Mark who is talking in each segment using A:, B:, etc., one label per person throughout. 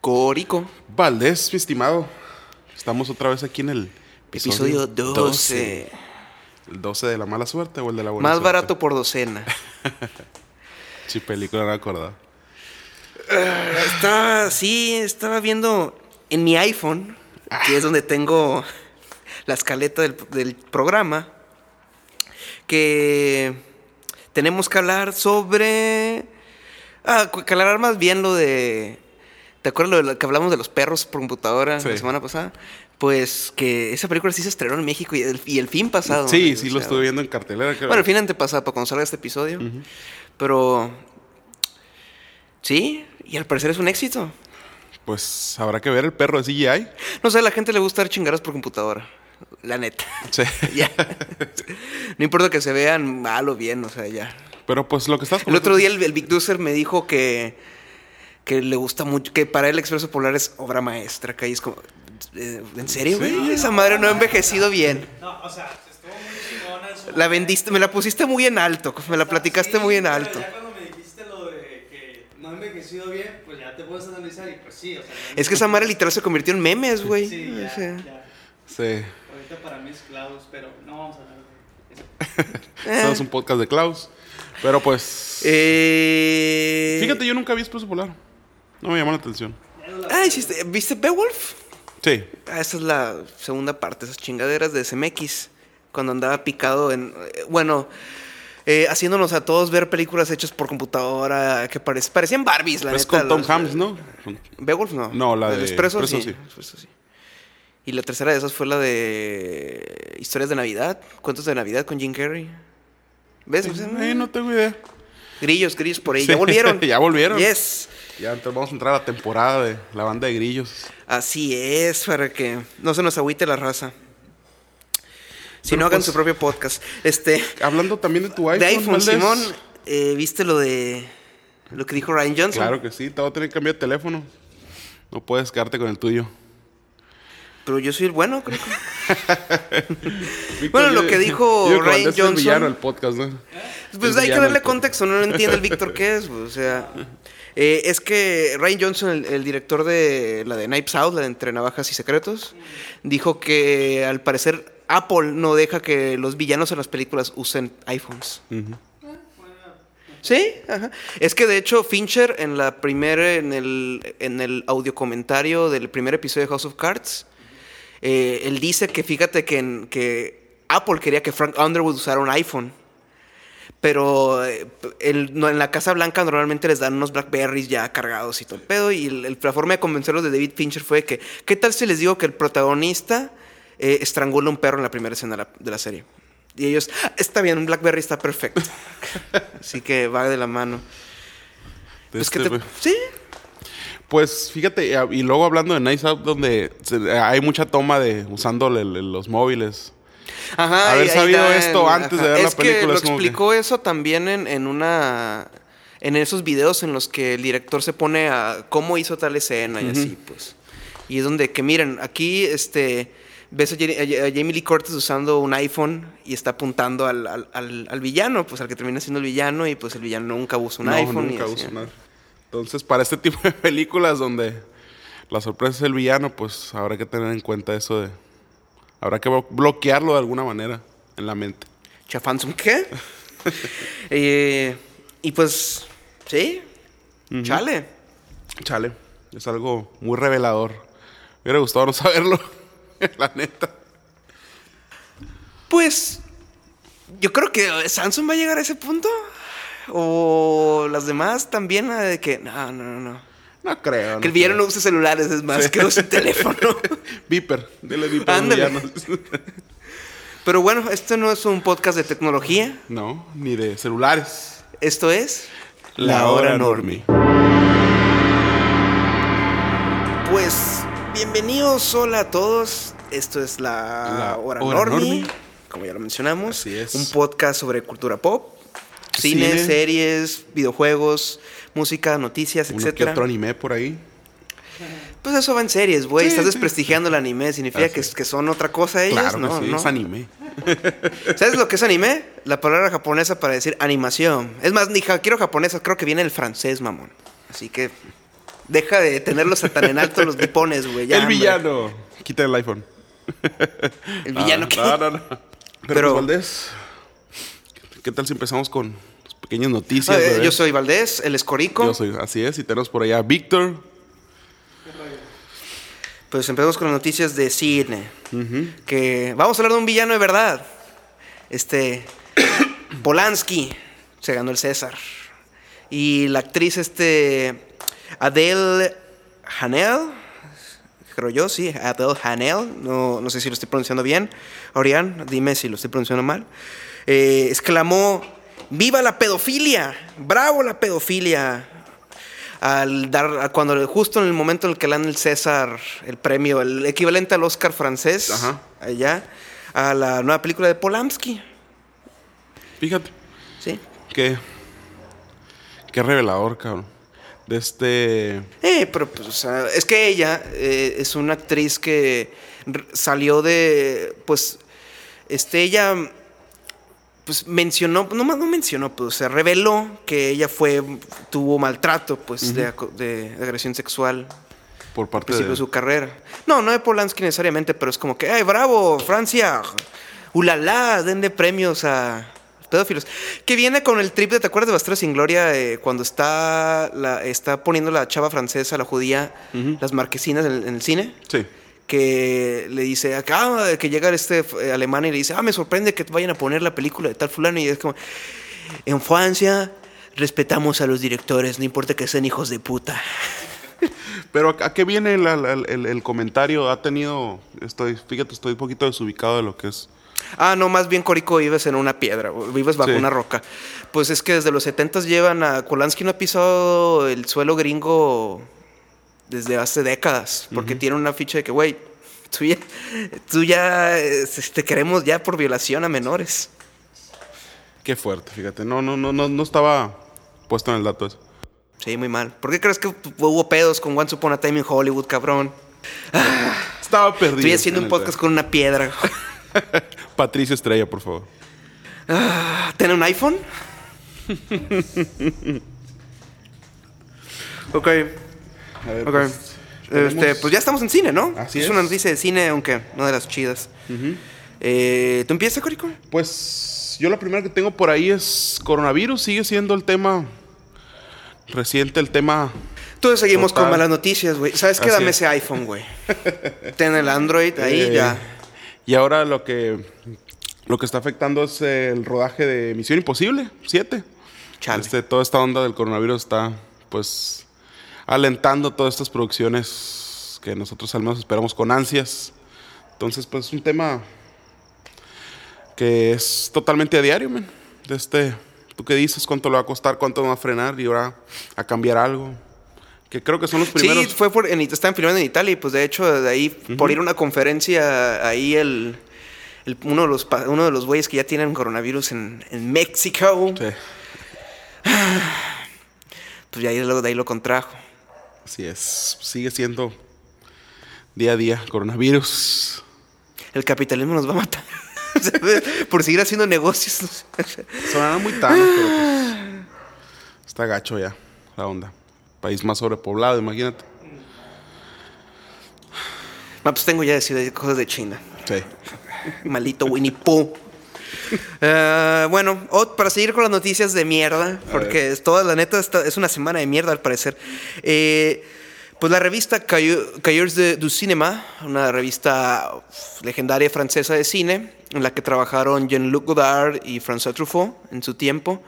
A: Corico.
B: Valdés, mi estimado. Estamos otra vez aquí en el
A: Episodio 12.
B: ¿El 12 de la mala suerte o el de la buena
A: Más
B: suerte?
A: barato por docena.
B: Sí, película, no me acordaba.
A: estaba, sí, estaba viendo en mi iPhone, que es donde tengo la escaleta del, del programa, que tenemos que hablar sobre... Ah, cu- que aclarar más bien lo de... ¿Te acuerdas lo de lo que hablamos de los perros por computadora
B: Sí.
A: la semana pasada? Pues que esa película sí se estrenó en México y el, y el fin pasado.
B: Sí,
A: güey,
B: sí
A: o
B: lo
A: sea,
B: estuve viendo en cartelera. creo.
A: Bueno, el fin antepasado, para cuando salga este episodio. Pero. Sí, y al parecer es un éxito.
B: Pues habrá que ver el perro de CGI.
A: No sé, a la gente le gusta dar chingadas por computadora. La neta.
B: Sí.
A: ya. No importa que se vean mal o bien, o sea, ya.
B: Pero pues lo que estás
A: El otro día el, el Big Dooser me dijo que. Que le gusta mucho. Que para él Expreso Polar es obra maestra. Que ahí es como. eh, ¿En serio, güey? Esa madre no ha envejecido bien.
C: No, o sea, estuvo muy chingona en su
A: La vendiste, me la pusiste muy en alto. Me la platicaste
C: Sí,
A: muy en
C: pero
A: alto.
C: Ya cuando me dijiste lo de que no he envejecido bien, pues ya te puedes analizar y pues sí, o sea. ya-
A: Es que esa madre literal se convirtió en memes, güey.
C: Sí,
A: O
C: ya,
A: sea,
C: ya.
B: Sí.
C: Ahorita para mí es Klaus, pero no vamos a hablar de eso.
B: Estamos un podcast de Klaus. Pero pues.
A: eh,
B: Fíjate, yo nunca vi Expreso Polar. No me llamó la atención.
A: Ah, hiciste- ¿viste Beowulf?
B: Sí.
A: Ah, esa es la segunda parte, esas chingaderas de SMX. Cuando andaba picado en. eh, Bueno, eh, haciéndonos a todos ver películas hechas por computadora que parec- parecían Barbies, la
B: es
A: neta,
B: con Tom
A: los-
B: Hanks, ¿no?
A: Beowulf no.
B: No, la
A: El
B: de
A: Expreso,
B: Expreso,
A: sí.
B: sí.
A: Expreso, sí. Y la tercera de esas fue la de Historias de Navidad, Cuentos de Navidad con Jim Carrey. ¿Ves? O sea,
B: Eh, no tengo idea.
A: Grillos, grillos por ahí.
B: Sí,
A: Ya volvieron.
B: ya volvieron.
A: Yes.
B: Ya entonces vamos a entrar a la temporada de la banda de grillos.
A: Así es, para que no se nos agüite la raza. Si
B: Pero
A: no, hagan
B: pues-
A: su propio podcast. Este,
B: Hablando también de tu iPhone.
A: de iPhone,
B: Valdés.
A: Simón, eh, ¿viste lo de lo que dijo Ryan Johnson?
B: Claro que sí, te voy a tener que cambiar de teléfono. No puedes quedarte con el tuyo.
A: Pero yo soy el bueno, creo que.
B: Víctor,
A: Bueno, lo
B: yo-
A: que dijo
B: yo creo
A: Ryan
B: que Valdés es el
A: Johnson-
B: villano del podcast, ¿no?
A: Pues
B: El
A: hay que
B: villano
A: darle
B: del podcast.
A: contexto, no lo entiende el Víctor qué es. pues, o sea, eh, es que Ryan Johnson, el, el director de la de Knives Out, la de Entre Navajas y Secretos, dijo que al parecer Apple no deja que los villanos en las películas usen iPhones.
B: Ujú.
A: Sí, ajá. Es que de hecho Fincher en la primera, en el, en el audio comentario del primer episodio de House of Cards, eh, él dice que fíjate que, en- que Apple quería que Frank Underwood usara un iPhone. Pero eh, p- el- no, en la Casa Blanca normalmente les dan unos Blackberries ya cargados y todo el pedo. Y el- el- la forma de convencerlos de David Fincher fue que, ¿qué tal si les digo que el protagonista eh, estrangula un perro en la primera escena de la, de la serie? Y ellos, "Ah, está bien, un Blackberry está perfecto. Así que va de la mano. Pues que
B: Este,
A: te-
B: pues-
A: Sí.
B: Pues fíjate, a- y luego hablando de Nice Out, donde se- hay mucha toma de usando le- le- los móviles.
A: Ajá.
B: Haber
A: y ahí
B: sabido
A: dan-
B: esto antes de ver la
A: Es Que
B: película,
A: lo
B: es como que-
A: explicó eso también en, en una. En esos videos en los que el director se pone a cómo hizo tal escena y así, pues. Y es donde que miren, aquí este. Ves a, Jenny- a- a Jamie Lee Curtis usando un iPhone y está apuntando al, al- al- al villano, pues al que termina siendo el villano, y pues el villano nunca usa un
B: No,
A: iPhone. y
B: nunca
A: así.
B: uso nada. Entonces, para este tipo de películas donde la sorpresa es el villano, pues habrá que tener en cuenta eso de... Habrá que blo- bloquearlo de alguna manera en la mente.
A: Chafansum, ¿qué? Eh, y pues, sí, chale.
B: Chale, es algo muy revelador. Me hubiera gustado no saberlo, la neta.
A: Pues, yo creo que eh, Samsung va a llegar a ese punto. O las demás también, la de que, no, no, no, no.
B: No creo.
A: Que el villano no use celulares, es más, que use teléfono.
B: Viper, dile Viper. a los
A: Ándale.
B: villanos.
A: Pero bueno, este no es un podcast de tecnología.
B: No, ni de celulares.
A: Esto es...
B: Normie.
A: Pues, bienvenidos, hola a todos. Esto es la,
B: La
A: Hora,
B: Hora
A: Normie,
B: Normie.
A: como ya lo mencionamos.
B: Así es.
A: Un podcast sobre cultura pop, cine,
B: Cine.
A: series, videojuegos, música, noticias,
B: Uno que
A: etcétera.
B: otro anime por ahí.
A: Pues eso va en series, güey.
B: Sí,
A: Estás
B: sí.
A: desprestigiando el anime. ¿Significa
B: Así
A: que,
B: es.
A: que son otra cosa ellos?
B: claro
A: no,
B: que sí,
A: no.
B: es anime.
A: ¿Sabes lo que es anime? La palabra japonesa para decir animación. Es más, ni ja- quiero japonesa, creo que viene el francés, mamón. Así que Deja de tenerlos tan en alto los bipones, güey. ya,
B: el
A: hombre.
B: villano. Quita el iPhone.
A: El villano
B: Ah,
A: que.
B: No, no, no. Pero,
A: Pero-
B: Valdés, ¿qué tal si empezamos con las pequeñas
A: Ah,
B: noticias?
A: eh,
B: bebé?
A: yo soy Valdés, el Escorico.
B: Yo soy- Así es, y tenemos por allá a Víctor.
A: Pues empezamos con las noticias de cine. Que vamos a hablar de un villano de verdad. Este. Polanski se ganó el César. Y la actriz, este. Adele Hanel. Creo yo, sí. Adele Hanel. No, no sé si lo estoy pronunciando bien. Orián, dime si lo estoy pronunciando mal. Eh, exclamó: ¡Viva la pedofilia! ¡Bravo la pedofilia! al dar a cuando justo en el momento en el que le dan el César el premio, el equivalente al Oscar francés,
B: Ajá.
A: allá, a la nueva película de Polanski,
B: Fíjate,
A: ¿sí?
B: que. Qué revelador, cabrón. De este.
A: Eh, pero pues, o sea, es que ella eh, es una actriz que r- salió de, pues, este, ella, pues, mencionó, no, más no mencionó, pues, se reveló que ella fue, tuvo maltrato, pues, de aco- de, agresión sexual
B: Por parte
A: principio
B: de.
A: de su carrera. No, no de Polanski necesariamente, pero es como que, ¡ay, bravo! Francia, ulala, den de premios a pedófilos. Que viene con el trip de, ¿te acuerdas de Bastardos sin Gloria? eh, cuando está, la, está poniendo la chava francesa, la judía, las marquesinas en, el- en el cine.
B: Sí.
A: Que le dice, acá, que llega este eh, alemán y le dice, ah, me sorprende que vayan a poner la película de tal fulano. Y es como, en Francia respetamos a los directores, no importa que sean hijos de puta.
B: Pero ¿a, a qué viene la- la- el, el comentario? Ha tenido. Estoy, fíjate, estoy un poquito desubicado de lo que es.
A: Ah, no, más bien Corico vives en una piedra, o vives bajo
B: Sí.
A: una roca. Pues es que desde los 70 llevan a Polanski no ha pisado el suelo gringo desde hace décadas, porque tiene una ficha de que, güey, tú ya, tú ya eh, te queremos ya por violación a menores.
B: Qué fuerte, fíjate. No, no, no, no, no estaba puesto en el dato eso.
A: Sí, muy mal. ¿Por qué crees que hubo pedos con Once Upon a Time in Hollywood, cabrón?
B: Estaba perdido.
A: Estoy haciendo un
B: en el
A: podcast con una piedra.
B: tema. Patricio Estrella, por favor.
A: ¿Tiene un iPhone? ok.
B: A ver,
A: Ok.
B: pues,
A: Este,
B: tenemos-
A: pues ya estamos en cine, ¿no?
B: Así
A: es.
B: es.
A: una noticia de cine, aunque no de las chidas. Eh, ¿Tú empiezas, Corico?
B: Pues yo la primera que tengo por ahí es coronavirus, sigue siendo el tema reciente, el tema...
A: Entonces seguimos
B: Total.
A: con malas noticias, güey. ¿Sabes qué?
B: Así
A: Dame
B: es.
A: ese iPhone, güey. Ten el Android ahí,
B: eh,
A: ya.
B: Y ahora lo que, lo que está afectando es el rodaje de Misión Imposible 7.
A: Chale.
B: Este, toda esta onda del coronavirus está pues alentando todas estas producciones que nosotros al menos esperamos con ansias. Entonces pues es un tema que es totalmente a diario, men. De este, ¿Tú qué dices? ¿Cuánto le va a costar? ¿Cuánto va a frenar? ¿Y ahora a cambiar algo? Que creo que son los primeros...
A: Sí, fue por, en, estaban filmando en Italia y pues de hecho de ahí, por ir a una conferencia, ahí el, el- uno de los pa- uno de los güeyes que ya tienen coronavirus en, en México,
B: Sí,
A: pues ya ahí lo- de ahí lo contrajo.
B: así es. Sigue siendo día a día coronavirus.
A: El capitalismo nos va a matar. O sea, por seguir haciendo negocios.
B: Sonará muy tan, pero pues, está gacho ya la onda. País más sobrepoblado, imagínate.
A: No, pues tengo ya decir cosas de China.
B: Sí.
A: Malito Winnie Pooh. Eh, bueno, ot- para seguir con las noticias de mierda, porque es toda la neta está- es una semana de mierda al parecer. Eh, pues la revista Cahiers Cahiers de- du Cinema, una revista uf, legendaria francesa de cine, en la que trabajaron Jean-Luc Godard y François Truffaut en su tiempo,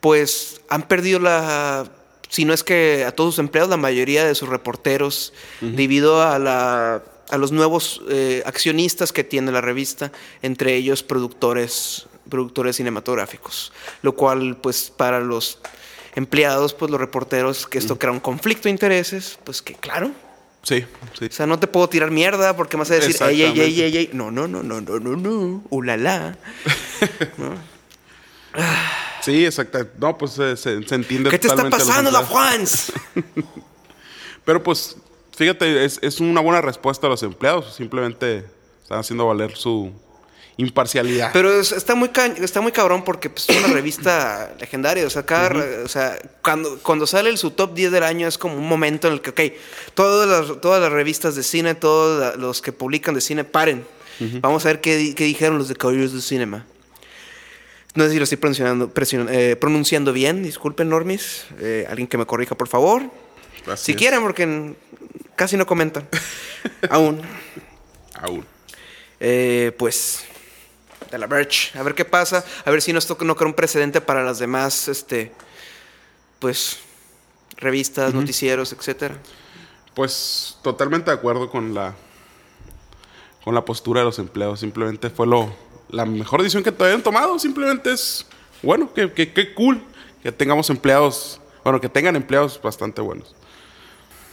A: pues han perdido la. Si no es que a todos sus empleados, la mayoría de sus reporteros, debido a, la, a los nuevos eh, accionistas que tiene la revista, entre ellos productores, productores cinematográficos. Lo cual, pues, para los empleados, pues los reporteros, que esto crea un conflicto de intereses, pues que claro.
B: Sí, sí.
A: O sea, no te puedo tirar mierda porque me vas a decir, ey, ey, ey,
B: Exactamente.
A: ey, ey. No, no, no, no, no, no, no. Ulala.
B: Sí, exacto. No, pues se, se- se entiende
A: ¿Qué te está
B: totalmente los
A: pasando, la
B: empleados.
A: France?
B: Pero pues, fíjate, es, es una buena respuesta a los empleados. Simplemente están haciendo valer su imparcialidad.
A: Pero es- está muy ca- está muy cabrón porque pues, es una revista legendaria. O sea, cada re- o sea, cuando, cuando sale el, su top 10 del año es como un momento en el que, ok, todas las, todas las revistas de cine, todos la- los que publican de cine, paren. Vamos a ver qué, di- qué dijeron los de Caballeros del Cinema. No sé si lo estoy pronunciando, presion- eh, pronunciando bien, disculpen, Normis. Eh, alguien que me corrija, por favor.
B: Así
A: si
B: es.
A: quieren, porque n- casi no comentan. Aún.
B: Aún.
A: Eh, pues de la Verge. A ver qué pasa. A ver si nos toca no crea un precedente para las demás, este, pues, revistas, noticieros, etcétera.
B: Pues totalmente de acuerdo con la con la postura de los empleados. Simplemente fue lo la mejor decisión que todavía han tomado. Simplemente es bueno, que, que, que cool que tengamos empleados, bueno, que tengan empleados bastante buenos.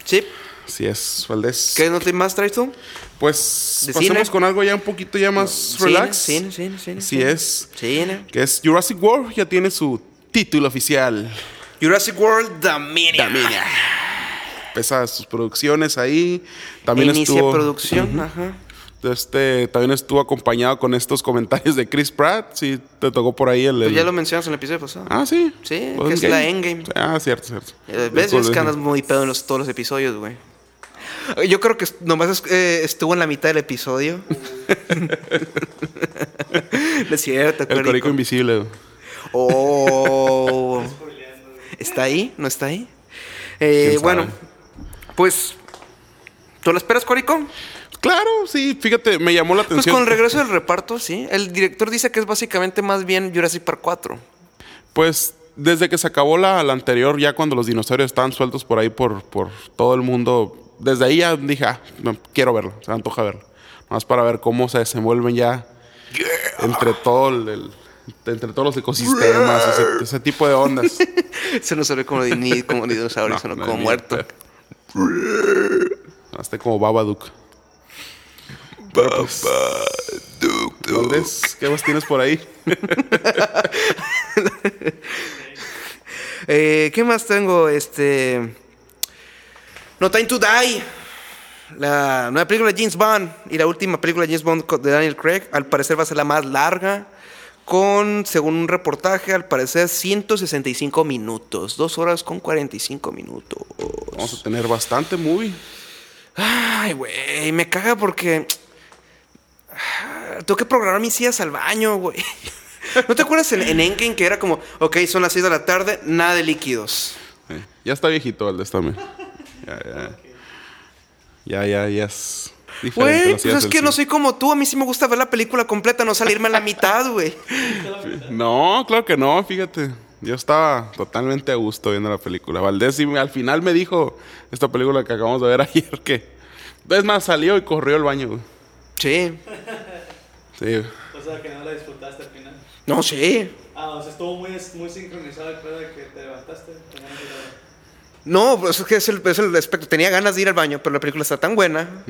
A: Sí.
B: Así es, Valdés.
A: ¿Qué nota más traes tú?
B: Pues
A: ¿De
B: pasemos
A: cine?
B: con algo ya un poquito ya más relax.
A: Cine, cine, cine.
B: Así
A: cine.
B: es.
A: Cine.
B: Que es Jurassic World ya tiene su título oficial.
A: Jurassic World Dominion.
B: También Pesa sus producciones ahí. También
A: Inicia
B: estuvo
A: producción. Ajá.
B: Este también estuvo acompañado con estos comentarios de Chris Pratt. Sí, te tocó por ahí el.
A: Pues
B: el-
A: ya lo mencionas en el episodio pasado.
B: Ah, sí.
A: Sí,
B: Pues
A: que es la Endgame.
B: Ah, cierto, cierto.
A: Eh, ¿Ves?
B: Disculpe.
A: Es que andas muy pedo en los- todos los episodios, güey. Eh, Yo creo que est- nomás es- eh, estuvo en la mitad del episodio. No es cierto,
B: El
A: Corico.
B: Corico Invisible. güey.
A: Oh. ¿Está ahí? ¿No está ahí? Eh,
B: ¿Quién
A: bueno,
B: sabe?
A: pues. ¿Tú lo esperas, Corico?
B: Claro, sí, fíjate, me llamó la
A: Pues
B: atención.
A: con el regreso del reparto, sí. El director dice que es básicamente más bien Jurassic Park 4.
B: Pues desde que se acabó la, la anterior, ya cuando los dinosaurios estaban sueltos por ahí por, por todo el mundo, desde ahí ya dije, ah, no, quiero verlo, se me antoja verlo. Más para ver cómo se desenvuelven ya entre todo el, el- entre todos los ecosistemas, ese, ese tipo de ondas.
A: Se nos salió como, de ni, como dinosaurio, sonó
B: no,
A: como
B: ni
A: muerto.
B: de Hasta como Babadook. Babadook. ¿Qué más tienes por ahí?
A: Eh, ¿Qué más tengo? Este. No Time to Die. La nueva película de James Bond y la última película de James Bond co- de Daniel Craig, al parecer va a ser la más larga, con, según un reportaje, al parecer 165 minutos, 2 horas con 45 minutos.
B: Vamos a tener bastante movie.
A: Ay, güey, me caga porque ah, tengo que programar mis sillas al baño, güey. ¿No te acuerdas en, en Endgame que era como, ok, son las 6 de la tarde, nada de líquidos?
B: Eh, Ya está viejito Valdés también. Ya, ya. Ya, ya, ya es diferente.
A: Güey,
B: las
A: pues
B: ideas
A: es
B: del
A: que no soy
B: cine.
A: como tú. A mí sí me gusta ver la película completa, no salirme a la mitad, güey.
B: No, claro que no, fíjate. Yo estaba totalmente a gusto viendo la película. Valdés sí, me- al final me dijo esta película que acabamos de ver ayer que... Es más, salió y corrió al baño. güey.
A: Sí.
B: Sí, güey.
C: O sea, que no la disfrutaste al final.
A: No, sí.
C: Ah, o sea, estuvo muy, muy sincronizado el pedo de que te levantaste. como una mirada.
A: No, pues es que es el, es el aspecto. Tenía ganas de ir al baño, pero la película está tan buena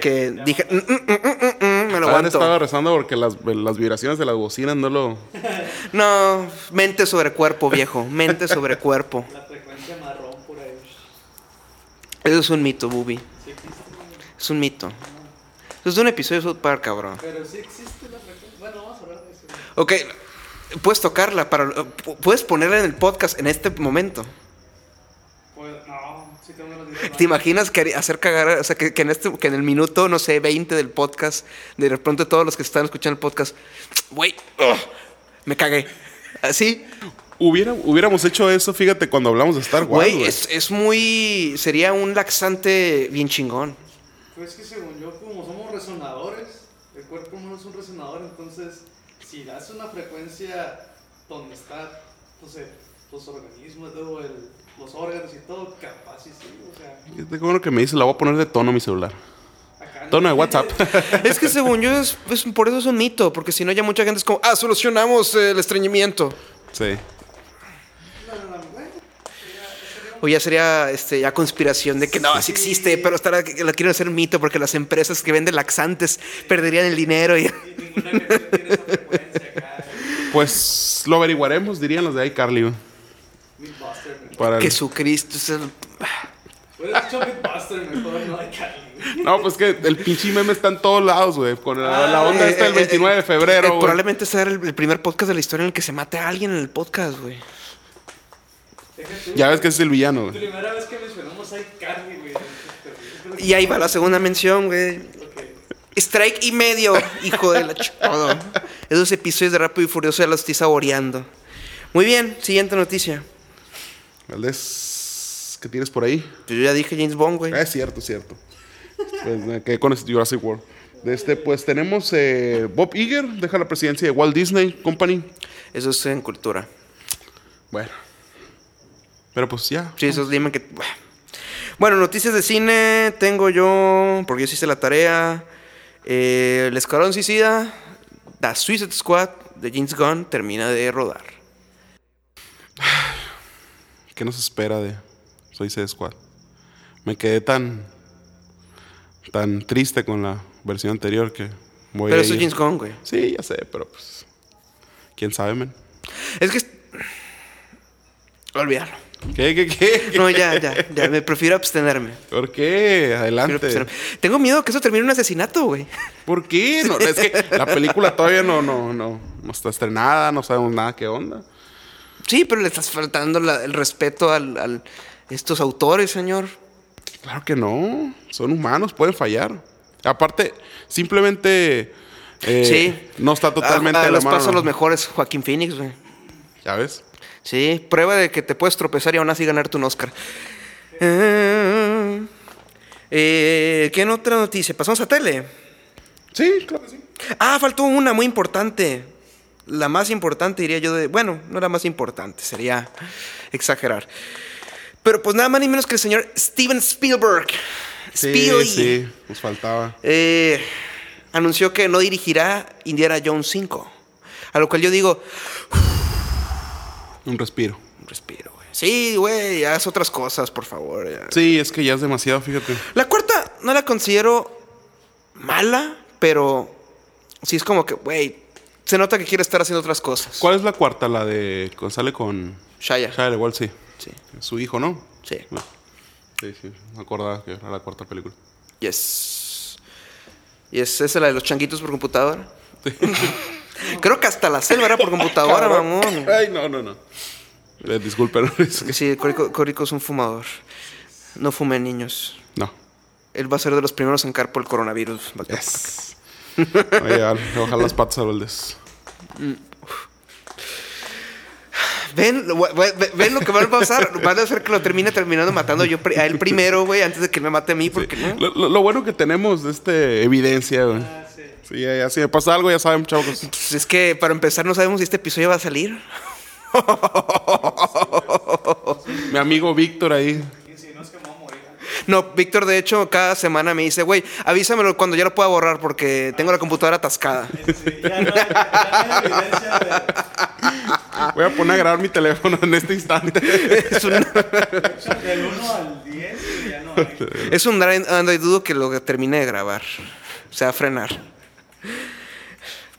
A: que
C: Ya
A: dije, "Mm, mm, mm, mm, mm, mm, me lo
B: Estaban- Estaba
A: aguanto.
B: rezando porque las, las vibraciones de las bocinas no lo...
A: No, mente sobre cuerpo, viejo. Mente sobre cuerpo.
C: La frecuencia marrón por ahí.
A: Eso es un mito, Bubi.
C: Sí existe.
A: Es un mito. Eso es de un episodio de South Park, cabrón.
C: Pero sí existe la frecuencia. Bueno, vamos a hablar de eso.
A: Ok, puedes tocarla, para, pu- puedes ponerla en el podcast en este momento.
C: Pues no, sí tengo los videos.
A: ¿Te imaginas que haría- hacer cagar, o sea, que, que en este, que en el minuto, no sé, 20 del podcast, de repente todos los que están escuchando el podcast, güey, ugh, me cagué. Así,
B: Hubiera, hubiéramos hecho eso, fíjate, cuando hablamos de Star Wars.
A: güey,
B: güey.
A: es, es muy, sería un laxante bien chingón.
C: Pues es que según yo, como somos resonadores, el cuerpo humano es un resonador, entonces si das una frecuencia donde está, no sé, los organismos, todo el- los órganos y todo, capaz y sí, o sea,
B: Qué bueno que me dice, la voy a poner de tono a mi celular.
C: acá no.
B: Tono de WhatsApp.
A: Es que según yo, es, es- por eso es un mito, porque si no ya mucha gente es como, ah, solucionamos eh, el estreñimiento.
B: sí.
A: O ya sería este, ya conspiración de que no, así existe, pero estará, la quieren hacer mito porque las empresas que venden laxantes perderían el dinero y...
C: Y ninguna canción tiene esa frecuencia acá.
B: Pues lo averiguaremos, dirían los de iCarly. güey,
C: Meatbuster,
B: Para el-
A: Jesucristo. es el-
C: Hubiera dicho Bitbuster, mejor no de Cali.
B: No, pues que el pinche meme está en todos lados, güey. Con la, la onda
A: Eh,
B: esta del
A: eh, eh,
B: 29 de febrero,
A: eh,
B: güey.
A: probablemente sea el, el primer podcast de la historia en el que se mate a alguien en el podcast, güey.
C: Deja tú,
B: Ya ves que ese es el villano, güey.
C: Primera vez que mencionamos a Carly, güey.
A: Y ahí va la segunda mención, güey.
C: Ok.
A: Strike y medio, hijo de la chingada. Esos episodios de Rápido y Furioso ya los estoy saboreando. Muy bien, siguiente noticia.
B: Valdés, ¿qué tienes por ahí?
A: Yo ya dije James Bond, güey.
B: Ah, es cierto, es cierto. Pues me quedé con este Jurassic World. De este, pues tenemos eh, Bob Iger, deja la presidencia de Walt Disney Company.
A: Eso es en cultura.
B: Bueno. Pero pues ya.
A: Sí, esos dime que. Bueno, noticias de cine. Tengo yo. Porque yo sí hice la tarea. eh, el Escuadrón Suicida. La Suicide Squad de James Gunn termina de rodar.
B: ¿Qué nos espera de Soy C Squad? Me quedé tan tan triste con la versión anterior que voy
A: Pero
B: a
A: eso es
B: ir-
A: James Gunn, güey.
B: Sí, ya sé, pero pues quién sabe, men.
A: Es que. es- Olvídalo.
B: ¿Qué qué qué?
A: No, ya, ya, ya. Me prefiero abstenerme.
B: ¿Por qué?
A: Prefiero
B: Adelante.
A: abstenerme. Tengo miedo que eso termine en un asesinato, güey.
B: ¿Por qué? No, es que la película todavía no no no no está estrenada, no sabemos nada qué onda.
A: Sí, pero le estás faltando la- el respeto al, al- estos autores, señor.
B: Claro que no, son humanos, pueden fallar. Aparte, simplemente eh,
A: sí.
B: no está totalmente
A: A, a
B: de la
A: los
B: mano,
A: pasos
B: ¿no?
A: Ah, los mejores, Joaquín Phoenix, güey.
B: ¿Ya ves?
A: Sí, prueba de que te puedes tropezar y aún así ganarte un Oscar. Eh, eh, ¿Qué otra noticia? ¿Pasamos a tele?
B: Sí, claro que sí.
A: Ah, faltó una muy importante. La más importante, diría yo. De, bueno, no la más importante, sería exagerar. Pero pues nada más ni menos que el señor Steven Spielberg.
B: Sí,
A: Spielberg.
B: sí, nos faltaba.
A: eh, anunció que no dirigirá Indiana Jones 5. A lo cual yo digo,
B: Un respiro.
A: un respiro, güey. Sí, güey, haz otras cosas, por favor. ya.
B: Sí, es que ya es demasiado, fíjate.
A: La cuarta no la considero mala, pero sí es como que, güey, se nota que quiere estar haciendo otras cosas.
B: ¿Cuál es la cuarta? La de con- sale con
A: Shia.
B: Shia igual sí.
A: Sí,
B: Su hijo, ¿no?
A: sí.
B: No. Sí, sí, me acordaba que era la cuarta película.
A: Yes. Yes, esa es la de los changuitos por computadora. Creo que hasta la selva era por computadora,
B: Cabrón.
A: mamón.
B: Ay, no, no, no. Eh, disculpen. es que-
A: Sí, Corico, Corico es un fumador. No fumen, niños.
B: No.
A: Él va a ser de los primeros en caer por el coronavirus.
B: Yes. Oye, al- le bajar las patas a Valdés.
A: Ven, lo- we- we- ve- ven lo que va a pasar. Van a hacer que lo termine terminando matando yo pri- a él primero, güey, antes de que me mate a mí, porque no.
B: Lo, lo- lo bueno que tenemos de este evidencia, güey.
C: Ah, sí.
B: Sí, ya, ya, si me pasa algo, ya saben, chavos.
A: Pues es que para empezar no sabemos si este episodio va a salir.
B: Mi amigo Víctor ahí.
C: Y si no es que me voy a morir.
A: No, Víctor de hecho cada semana me dice, güey, avísamelo cuando ya lo pueda borrar porque tengo la computadora atascada.
C: Sí, ya no, ya no hay evidencia de- Ah.
B: Voy a poner a grabar mi teléfono en este instante.
A: es, un,
C: o sea, Del 1 al 10 y ya no hay.
A: es un Android Android dudo que lo termine de grabar. Se va a frenar.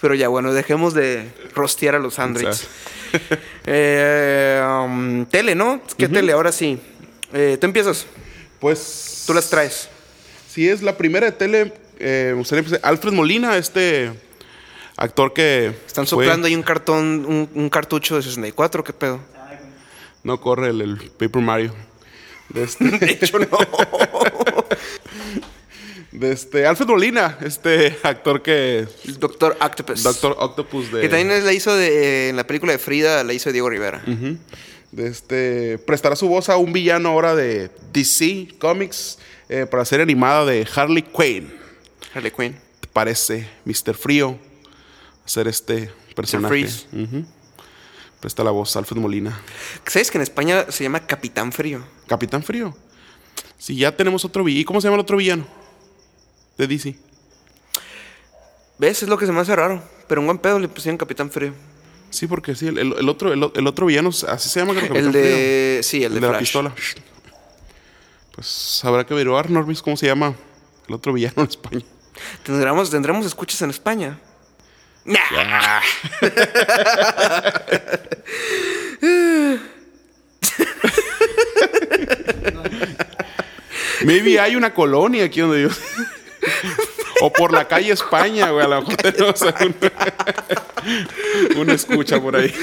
A: Pero ya bueno, dejemos de rostear a los Androids. Eh, um, tele, ¿no? ¿Qué tele? Ahora sí. Eh, Tú empiezas.
B: Pues.
A: Tú las traes.
B: Si es la primera de tele, eh, me gustaría empezar- Alfred Molina, este actor que.
A: Están
B: fue-
A: soplando ahí un cartón, un, un cartucho de 64, ¿qué pedo?
C: Ay, güey.
B: No corre el, el Paper Mario. De este,
A: De hecho, no.
B: de este- Alfred Molina, este actor que.
A: El Doctor Octopus.
B: Doctor Octopus de.
A: Pues, Que también es- la hizo de, eh, en la película de Frida, la hizo Diego Rivera.
B: Ujú. De este, prestará su voz a un villano ahora de DC Comics eh, para ser animada de Harley Quinn.
A: Harley Quinn.
B: ¿Te parece, Mr. Frío? Ser este personaje.
A: Freeze.
B: Ujú. Presta la voz, Alfred Molina.
A: ¿Sabes que en España se llama Capitán Frío?
B: Capitán Frío. Si ya tenemos otro villano. ¿Y cómo se llama el otro villano? De DC.
A: ¿Ves? Es lo que se me hace raro. Pero un buen pedo le pusieron Capitán Frío.
B: Sí, porque sí, el, el- el otro, el, o- el otro villano, así se llama. creo,
A: el
B: Capitán Frío.
A: de. Sí, el de,
B: la
A: Flash.
B: pistola. Pues habrá que averiguar, Normis, cómo se llama el otro villano en España.
A: ¿Tendremos, ¿Tendremos escuchas en España? Nah.
B: Maybe hay una colonia aquí donde yo. o por la calle España, güey. A lo mejor tenemos un- una escucha por ahí.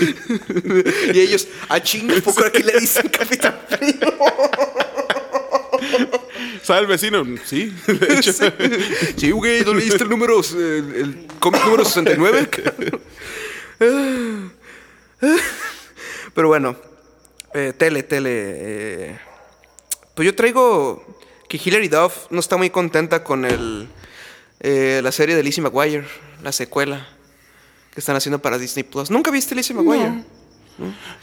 A: Y ellos, a chinga, poco aquí le dicen Capitán Frío.
B: ¿Sabe el vecino? Sí. De hecho,
A: Sí, güey, ¿no leíste el número, eh, el cómic número 69? Pero bueno, eh, tele, tele. eh. Pues yo traigo que Hilary Duff no está muy contenta con el, eh, la serie de Lizzie McGuire, la secuela que están haciendo para Disney Plus. ¿Nunca viste Lizzie McGuire?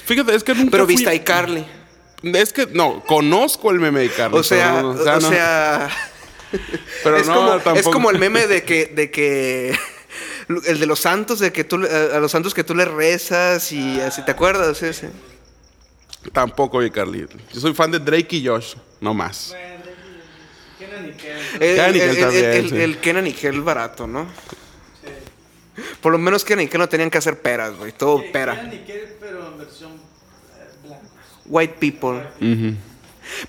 B: Fíjate, es que nunca.
A: Pero
B: fui-
A: viste a iCarly.
B: Es que no, conozco el meme de Carlos.
A: O sea,
B: pero no,
A: o
B: no.
A: sea.
B: Pero
A: es,
B: no,
A: como, es
B: tampoco.
A: como el meme de que, de que el de los santos, de que tú le- a los santos que tú le rezas y así te acuerdas, ese.
B: Tampoco vi Carly. Yo soy fan de Drake y Josh, no más.
C: Bueno, ¿Quién es ni qué?
A: El, el,
B: Kenan y Kel
A: el-
B: también,
A: el-
B: sí.
A: el Kenan y Kel barato, ¿no? Por lo menos Kenan y Kel no tenían que hacer peras, güey. Todo
C: ¿Quién es
A: pera.
C: ni qué, pero en versión eh, blanca?
A: White people.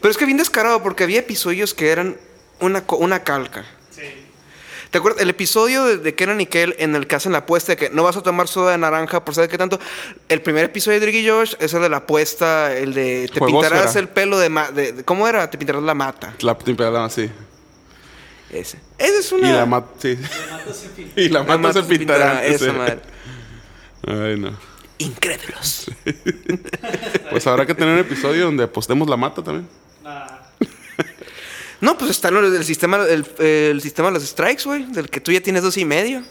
A: Pero es que bien descarado porque había episodios que eran una, co- una calca.
C: Sí.
A: ¿Te acuerdas? El episodio de, de Kenan y Kel en el que hacen la apuesta de que no vas a tomar soda de naranja por saber qué tanto. El primer episodio de Drake y Josh es el de la apuesta, el de te
B: Juegosfera.
A: pintarás el pelo de, ma- de- de- ¿Cómo era? Te pintarás la mata.
B: La temporada sí.
A: Ese. Esa es
B: Y
A: una.
B: la mata, sí.
C: Lo matas sin fin.
B: Y la mata, se pintará.
A: Esa
B: sí.
A: madre.
B: eh. Ay, no.
A: Incrédulos.
B: Pues habrá que tener un episodio donde apostemos la mata también.
C: Nah.
A: No, pues está el, el sistema, el, el sistema de los strikes, güey. Del que tú ya tienes dos y medio.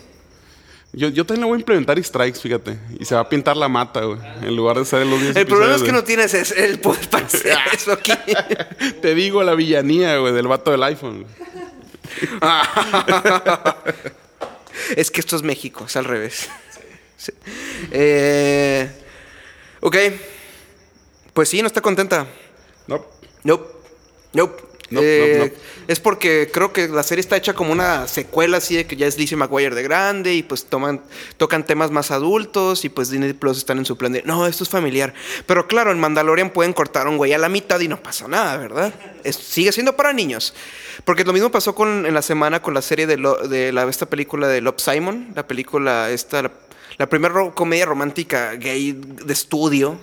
B: Yo, yo también le voy a implementar strikes, fíjate. Y se va a pintar la mata, güey. En lugar de ser los 10
A: El problema es que no
B: episodios
A: tienes es, el poder para hacer eso aquí.
B: de- Te digo la villanía, güey, del vato del iPhone. güey.
A: Es que esto es México, es al revés. Sí. Eh, ok. Pues sí, no está contenta.
B: No.
A: Nope. Nope.
B: Nope,
A: Eh,
B: nope, nope.
A: Es porque creo que la serie está hecha como una secuela así de que ya es Lizzie McGuire de grande y pues toman, tocan temas más adultos y pues Disney Plus están en su plan de no, esto es familiar. Pero claro, en Mandalorian pueden cortar a un güey a la mitad y no pasa nada, ¿verdad? Es- sigue siendo para niños. Porque lo mismo pasó con, en la semana con la serie de, lo- de la, esta película de Love Simon, la película esta, la, la primera ro- comedia romántica gay de estudio,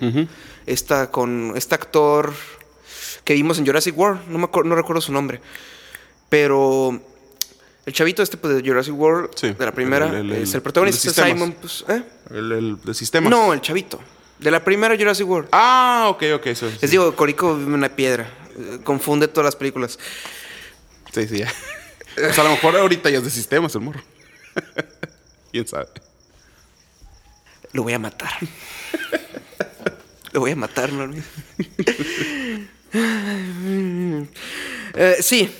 A: esta con este actor que vimos en Jurassic World. No, me acuer- no recuerdo su nombre. Pero el chavito este pues, de Jurassic World,
B: Sí,
A: de la primera,
B: el- el- el-
A: es el protagonista
B: el de sistemas.
A: Simon. Pues, ¿eh?
B: El, el de sistema.
A: No, el chavito. De la primera Jurassic World.
B: Ah, ok, ok. Eso, sí.
A: Les digo, Corico vive en una piedra. Eh, Confunde todas las películas.
B: Sí, sí, ya. O sea, a lo mejor ahorita ya es de sistemas el morro. ¿Quién sabe?
A: Lo voy a matar. Lo voy a matar, no olvides. Eh, sí,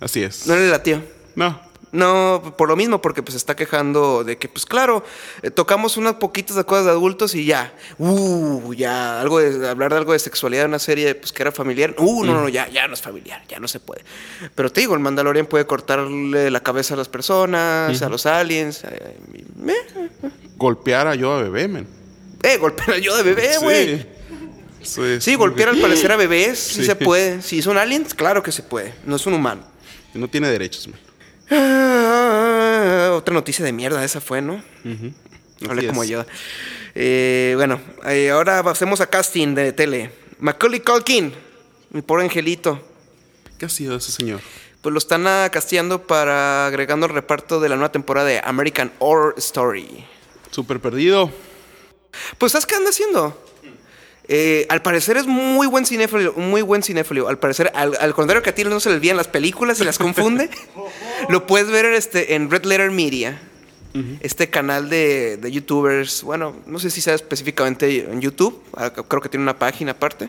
B: Así es.
A: no le latió.
B: No.
A: No, por lo mismo, porque pues está quejando de que, pues claro, eh, tocamos unas poquitas de cosas de adultos y ya. Uh, ya, algo de, hablar de algo de sexualidad en una serie pues que era familiar. Uh, no, no, ya, ya no es familiar, ya no se puede. Pero te digo, el Mandalorian puede cortarle la cabeza a las personas, a los aliens. eh, eh,
B: Golpear a yo a bebé, men.
A: eh, golpear yo de bebé, güey.
B: Sí, sí,
A: Sí, golpear al parecer a bebés, sí.
B: Sí.
A: se puede. Si son aliens, claro que se puede. No es un humano.
B: No tiene derechos, men.
A: Ah, Otra noticia de mierda, esa fue, ¿no? Hablé
B: Así
A: como
B: es.
A: yo. Eh, bueno, eh, ahora pasemos a casting de tele. Macaulay Culkin, mi pobre angelito.
B: ¿Qué ha sido ese señor?
A: Pues lo están ah, casteando para agregando el reparto de la nueva temporada de American Horror Story.
B: Súper perdido.
A: Pues ¿sabes qué anda haciendo? Eh, al parecer es muy buen cinéfilo, muy buen cinéfilo. Al parecer, al, al contrario que a ti no se le olvidan las películas y las confunde, lo puedes ver este, en Red Letter Media, este canal de, de youtubers. Bueno, no sé si sea específicamente en YouTube, ah, creo que tiene una página aparte.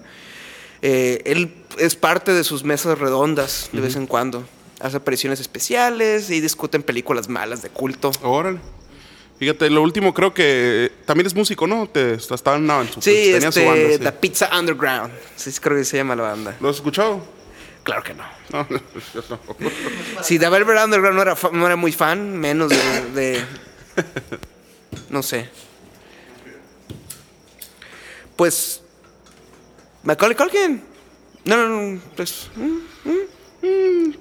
A: Eh, él es parte de sus mesas redondas de vez en cuando. Hace apariciones especiales y discuten películas malas de culto.
B: Órale. Fíjate, lo último creo que eh, también es músico, ¿no? Te, estaban no, en su,
A: Sí,
B: tenía
A: este,
B: su banda. sí.
A: The Pizza Underground. Sí, creo que se llama la banda.
B: ¿Lo has escuchado?
A: Claro que no.
B: No, yo tampoco.
A: Si de Velvet Underground no era, fa- no era muy fan, menos de, de- No sé. Pues... Macaulay Culkin. No, no, no. Pues, mm, mm,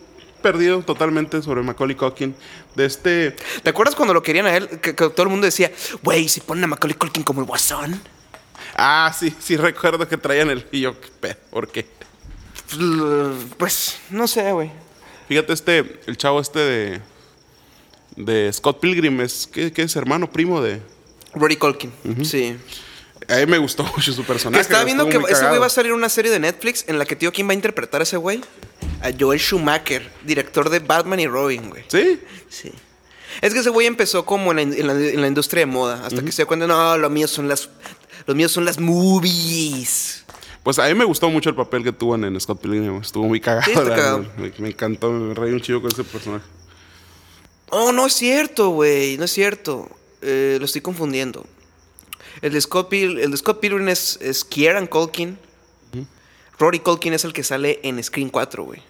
B: perdido totalmente sobre Macaulay Culkin. De este.
A: ¿Te acuerdas cuando lo querían a él? Que, que todo el mundo decía, güey, si ponen a Macaulay Culkin como el guasón.
B: Ah, sí, sí, recuerdo que traían el. Y yo, ¿qué pedo? ¿Por qué?
A: Pues, l- Pues, no sé, güey.
B: Fíjate, este, el chavo este de. De Scott Pilgrim, es, ¿qué, qué es hermano, primo de.?
A: Rory Culkin, sí.
B: A mí me gustó mucho su personaje.
A: Que estaba viendo que
B: estuvo muy
A: ese güey
B: cagado.
A: va a salir una serie de Netflix en la que tío quién va a interpretar a ese güey. A Joel Schumacher, director de Batman y Robin, güey.
B: Sí,
A: Sí. Es que ese güey empezó como en la, in- en la- en la industria de moda, hasta que se dio cuenta, no, lo mío son las, los míos son las movies.
B: Pues a mí me gustó mucho el papel que tuvo en, en Scott Pilgrim. Estuvo muy cagado.
A: Sí, está
B: la
A: cagado.
B: verdad. Me, me encantó, me reí un chido con ese personaje.
A: Oh, no es cierto, güey, no es cierto. Eh, lo estoy confundiendo. El de Scott, Pil- el de Scott Pilgrim es, es Kieran Culkin. Rory Culkin es el que sale en Screen 4, güey.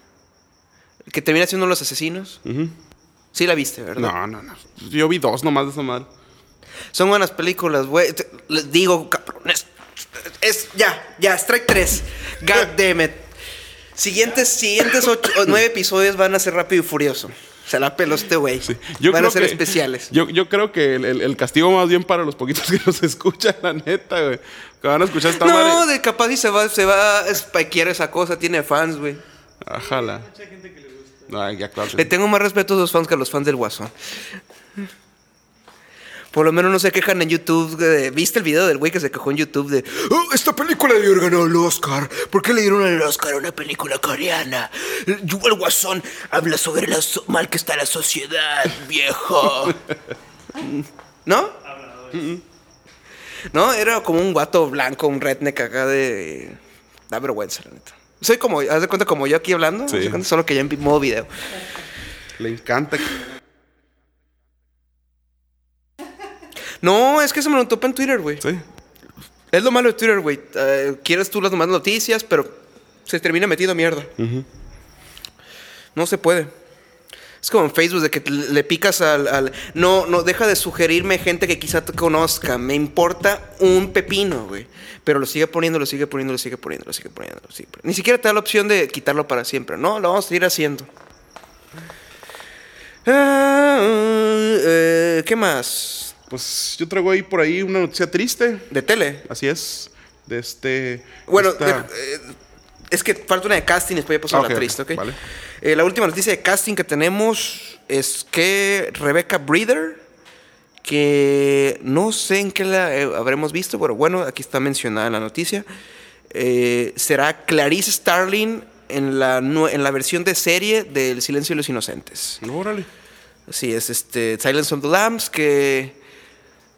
A: El que termina siendo uno de los asesinos.
B: Ujú.
A: Sí la viste, ¿verdad?
B: No, no, no. Yo vi dos nomás de esa madre.
A: Son buenas películas, güey. Te- Les digo, cabrones. Es, ya, ya, Strike 3. God damn it. Siguientes, siguientes ocho, o nueve episodios van a ser rápido y furioso. Se la peló este güey. van a ser
B: que-
A: especiales.
B: Yo, yo creo que el, el- el castigo más bien para los poquitos que nos escuchan, la neta, güey. Que van a escuchar esta
A: no,
B: madre.
A: de capaz y se va, se va a spikear esa cosa, tiene fans, güey.
B: Ajala.
C: Mucha gente que le gusta.
B: Ay, ya claro.
A: Le tengo más respeto a los fans que a los fans del Guasón. Por lo menos no se quejan en YouTube. de- ¿Viste el video del güey que se quejó en YouTube de "Oh, esta película le ganó el Oscar? ¿Por qué le dieron el Oscar a una película coreana? El el Guasón habla sobre lo so- mal que está la sociedad, viejo. ¿No? No, era como un guato blanco, un redneck acá de... Da vergüenza, la neta. Soy como, haz de cuenta como yo aquí hablando, haz de
B: Sí.
A: cuenta, solo que ya en modo video.
B: Le encanta. que-
A: No, es que se me lo topa en Twitter, güey.
B: Sí.
A: Es lo malo de Twitter, güey. Eh, quieres tú las demás noticias, pero se termina metido a mierda. No se puede. Es como en Facebook, de que le le picas al, al- No, no, deja de sugerirme gente que quizá te conozca. Me importa un pepino, güey. Pero lo sigue poniendo, lo sigue poniendo, lo sigue poniendo, lo sigue poniendo, lo sigue poniendo. Ni siquiera te da la opción de quitarlo para siempre, ¿no? Lo vamos a seguir haciendo. Ah, eh, ¿Qué más?
B: Pues yo traigo ahí por ahí una noticia triste.
A: ¿De tele?
B: Así es. De este.
A: Bueno,
B: esta-
A: de- eh, es que falta una de casting, después ya pasó
B: Ah,
A: a la
B: ok,
A: triste, ¿ok?
B: vale.
A: Eh, la última noticia de casting que tenemos es que Rebecca Breeder, que no sé en qué la eh, habremos visto, pero bueno, aquí está mencionada en la noticia, eh, será Clarice Starling en la, nue- en la versión de serie del Silencio de los Inocentes.
B: Órale.
A: Así es, este, Silence of the Lambs, que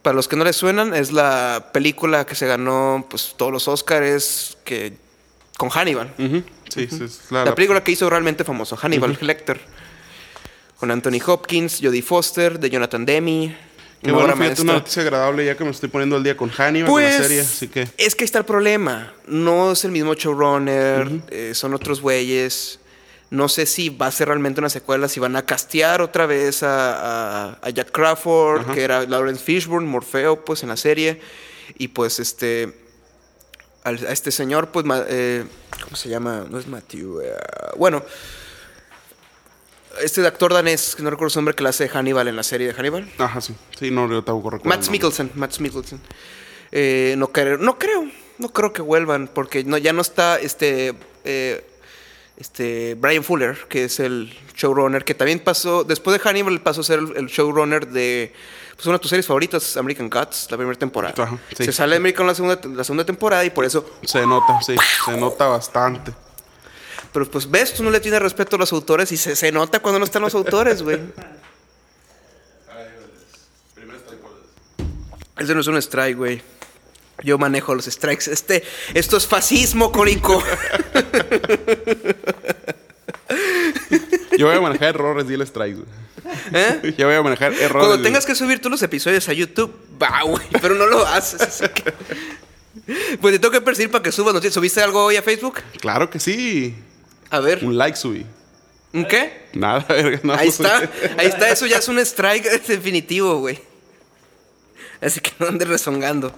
A: para los que no les suenan, es la película que se ganó pues, todos los Oscars que, con Hannibal.
B: Ujú. Sí, sí, es Ah, la-
A: La película que hizo realmente famoso, Hannibal Lecter. Con Anthony Hopkins, Jodie Foster, de Jonathan Demi.
B: Qué
A: una
B: bueno,
A: obra
B: fíjate,
A: maestra.
B: una noticia agradable ya que me estoy poniendo al día con Hannibal,
A: Pues,
B: con la serie, así que...
A: es que ahí está el problema. No es el mismo showrunner, eh, son otros güeyes. No sé si va a ser realmente una secuela, si van a castear otra vez a, a- a Jack Crawford, que era Lawrence Fishburne, Morfeo, pues en la serie. Y pues este. al- a este señor, pues. ma- eh, ¿Cómo se llama? No es Matthew. eh, bueno. Este actor danés, que no recuerdo su nombre, que la hace de Hannibal en la serie de Hannibal.
B: Ajá, sí. Sí, no, yo tampoco recuerdo.
A: Matt
B: el nombre.
A: Mikkelsen, Matt Mikkelsen. Eh, no creo, no creo, no creo que vuelvan porque no, ya no está este eh, este Brian Fuller, que es el showrunner que también pasó después de Hannibal pasó a ser el, el showrunner de pues una de tus series favoritas, American Gods, la primera temporada.
B: Ajá, sí.
A: Se sale American la segunda la segunda temporada y por eso,
B: Se nota, sí. Se nota bastante.
A: pero pues ves, tú no le tienes respeto a los autores y se, se nota cuando no están los autores, güey. Ese Este no es un strike, güey. Yo manejo los strikes. Este, esto es fascismo, Corico.
B: Yo voy a manejar errores, dile strike.
A: ¿Eh?
B: Yo voy a manejar errores.
A: Cuando
B: güey.
A: tengas que subir tú los episodios a YouTube, va, güey. Pero no lo haces. así que- Pues te tengo que perseguir para que subas noticias. ¿Subiste algo hoy a Facebook?
B: Claro que sí.
A: A ver.
B: Un like subí.
A: ¿un ¿Qué?
B: Nada, verga, no.
A: Ahí
B: no subí.
A: está. Ahí está. Eso ya es un strike definitivo, güey. Así que no andes rezongando.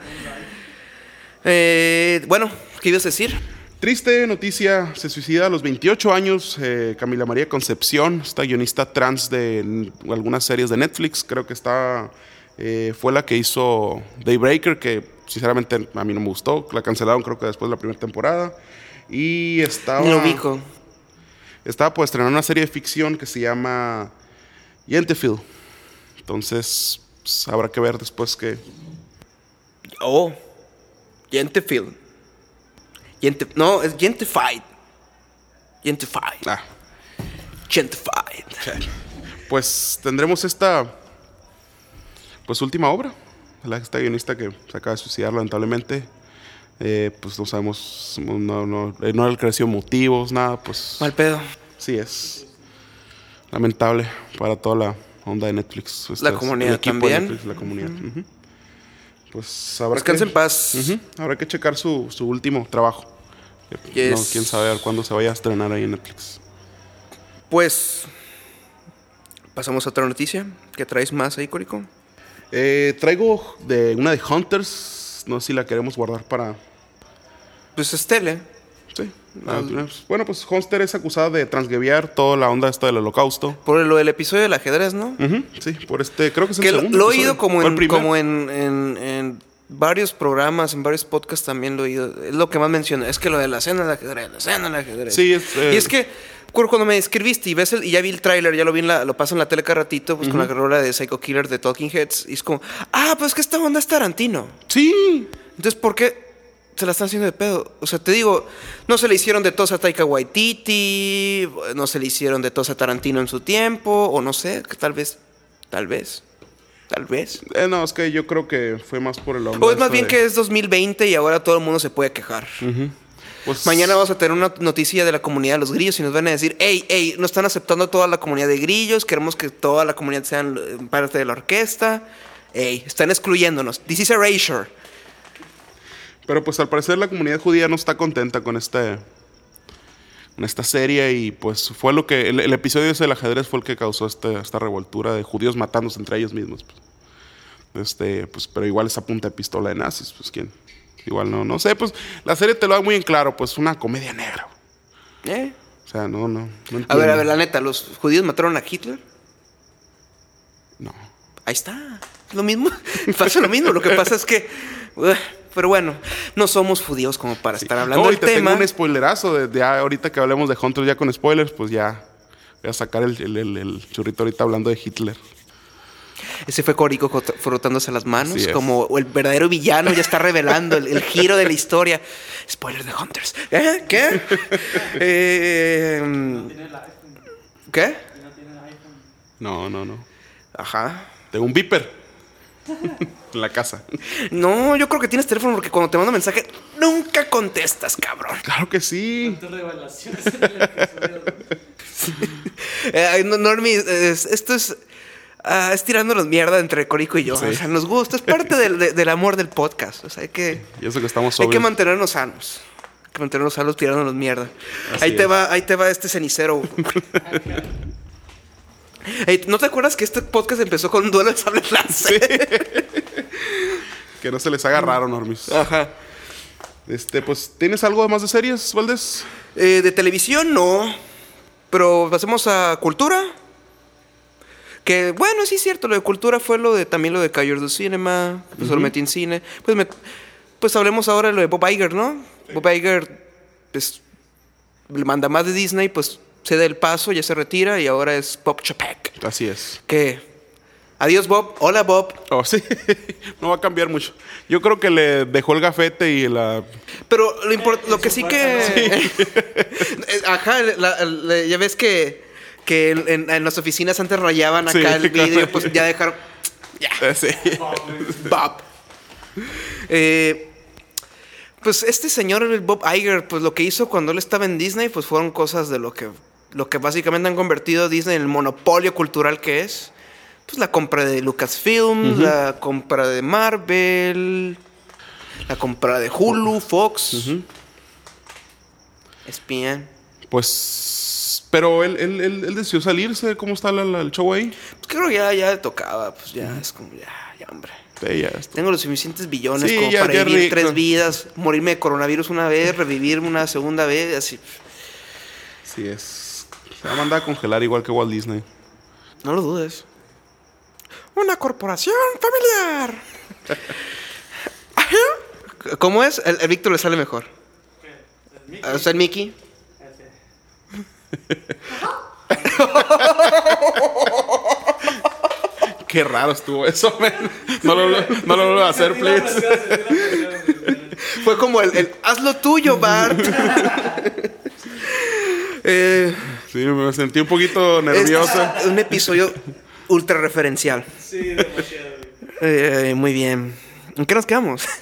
A: Eh, bueno, ¿qué ibas a decir?
B: Triste noticia, se suicida a los 28 años eh, Camila María Concepción, esta guionista trans de n- algunas series de Netflix, creo que está, eh, fue la que hizo Daybreaker, que sinceramente a mí no me gustó, la cancelaron creo que después de la primera temporada, y estaba...
A: Ni lo ubico.
B: Estaba por estrenar una serie de ficción que se llama Yentefield. Entonces, pues, habrá que ver después que.
A: Oh. Gentefield. Gente, no, es Gentified. Gentified.
B: Ah,
A: Gentified.
B: pues tendremos esta. Pues última obra. La esta guionista que se acaba de suicidar, lamentablemente. Eh, pues no sabemos. No, no, eh, no le creció motivos, nada. Pues
A: Mal pedo.
B: sí es. Lamentable para toda la onda de Netflix. Estas- el
A: comunidad
B: equipo de
A: también.
B: Netflix, la comunidad. ujú. Pues habrá
A: Descansa
B: que-
A: en paz.
B: Ujú, Habrá que checar su, su último trabajo.
A: Yes.
B: No, quién sabe a ver cuándo se vaya a estrenar ahí en Netflix.
A: Pues. Pasamos a otra noticia. ¿Qué traes más ahí, Corico?
B: Eh, traigo de una de Hunters. No sé si la queremos guardar para.
A: Pues es tele.
B: Sí. la-
A: Ah.
B: Bueno, pues Hunter es acusada de transgueviar toda la onda esta del holocausto.
A: Por lo del episodio del ajedrez, ¿no?
B: Ujú, sí, por este. Creo que es el
A: Que lo,
B: segundo.
A: lo he
B: episodio.
A: oído como
B: Fue el
A: en,
B: primero.
A: como en, en- en varios programas, en varios podcasts también lo he oído. Es lo que más menciona. Es que lo de la cena, la ajedrez, la cena, la ajedrez.
B: Sí, es, eh,
A: Y es que cu- cuando me escribiste y ves el- y ya vi el tráiler, ya lo vi en la, lo pasa en la tele cada ratito, pues con la rola de Psycho Killer de Talking Heads. Y es como, ah, pues que esta onda es Tarantino.
B: Sí.
A: Entonces, ¿por qué se la están haciendo de pedo? O sea, te digo, no se le hicieron de tos a Taika Waititi, no se le hicieron de tos a Tarantino en su tiempo, o no sé, que tal vez, tal vez, tal vez.
B: Eh, no, es que yo creo que fue más por el onda.
A: O es más
B: esta
A: bien
B: de-
A: que es 2020 y ahora todo el mundo se puede quejar.
B: pues,
A: Mañana vamos a tener una noticia de la comunidad de los grillos y nos van a decir, hey, hey, no están aceptando a toda la comunidad de grillos, queremos que toda la comunidad sean eh, parte de la orquesta. Hey, están excluyéndonos. This is erasure.
B: Pero pues al parecer la comunidad judía no está contenta con este con esta serie y pues fue lo que el, el episodio ese del ajedrez fue el que causó este- esta revoltura de judíos matándose entre ellos mismos. pues. Este, pues pero igual esa punta de pistola de nazis, pues quién igual no no sé, pues la serie te lo da muy en claro, pues una comedia negra.
A: ¿Eh?
B: O sea, no no, no
A: A ver,
B: entiendo.
A: a ver, la neta, ¿los judíos mataron a Hitler?
B: No.
A: Ahí está. Lo mismo. Pasa lo mismo. Lo que pasa es que. uh, pero bueno, no somos judíos como para estar hablando
B: Oh, y
A: del
B: te
A: tema.
B: tengo un spoilerazo de, de ahorita que hablemos de Hunter ya con spoilers, pues ya voy a sacar el, el- el- el churrito ahorita hablando de Hitler.
A: Ese fue Corico jota- frotándose las manos,
B: Así es.
A: como el verdadero villano ya está revelando el, el giro de la historia. Spoiler de Hunters. ¿Eh? ¿Qué? Eh, ¿Qué?
B: No, no, no.
A: Ajá.
B: Tengo un viper. en la casa.
A: No, yo creo que tienes teléfono porque cuando te mando mensaje nunca contestas, cabrón.
B: Claro que sí.
C: Tantas revelaciones en el episodio.
A: Eh, ay, no, Normi, es- esto es ah, es tirándonos mierda entre Corico y yo.
B: Sí.
A: O sea, nos gusta, es parte del, de- del amor del podcast. O sea, hay que,
B: Y eso que estamos
A: hay que
B: sobrios.
A: mantenernos sanos. Hay que mantenernos sanos tirándonos mierda.
B: Así
A: Ahí te,
B: es.
A: va, ahí te va este cenicero. Ey, ¿No te acuerdas que este podcast empezó con un duelo de sable láser?
B: Que no se les haga raro, Normis.
A: Ajá.
B: Este, pues, ¿tienes algo más de series, Valdés?
A: Eh, de televisión no. Pero pasemos a cultura. Que bueno, sí es cierto, lo de cultura fue lo de también lo de Cayer du Cinema, que pues lo metí en cine. Pues, me- pues hablemos ahora de lo de Bob Iger, ¿no? Bob Iger pues, le manda más de Disney, pues cede el paso, ya se retira y ahora es Bob Chapek.
B: Así es.
A: Que adiós Bob, hola Bob.
B: Oh, sí. no va a cambiar mucho. Yo creo que le dejó el gafete y la.
A: Pero lo, import- lo que sí que. Eh,
C: fuerza,
A: Ajá, la- la- ya ves que, que en, en- en las oficinas antes rayaban acá
B: Sí,
A: el
B: claro.
A: vídeo, pues ya dejaron.
B: Eh, sí. Bap.
A: Eh, pues este señor, el Bob Iger, pues lo que hizo cuando él estaba en Disney, pues fueron cosas de lo que, lo que básicamente han convertido a Disney en el monopolio cultural que es. Pues la compra de Lucasfilm, la compra de Marvel, la compra de Hulu, Fox, ESPN.
B: Pues. Pero él, él, él- él decidió salirse. ¿Cómo está la- la- el show ahí?
A: Pues creo que ya, ya le tocaba, pues ya es como, ya, ya, hombre.
B: Sí, ya esto.
A: Tengo los suficientes billones
B: Sí,
A: como
B: ya-
A: para
B: ya
A: vivir
B: rico.
A: tres vidas, morirme de coronavirus una vez, revivirme una segunda vez, así.
B: Sí, es. Se va a mandar a congelar igual que Walt Disney.
A: No lo dudes. Una corporación familiar. Ajá. ¿Cómo es? El, el Víctor le sale mejor.
C: El Mickey.
A: ¿A usted, Mickey?
C: Ese.
B: Qué raro estuvo eso, men. No lo, no lo vuelvas a hacer,
C: Sentí la
B: please.
C: presión, sentí la presión.
A: Fue como el, el, haz lo tuyo, Bart. Eh,
B: Sí, me sentí un poquito
A: este
B: nervioso.
A: es un episodio ultra referencial.
C: Sí, demasiado. güey.
A: Eh, muy bien. ¿En qué nos quedamos?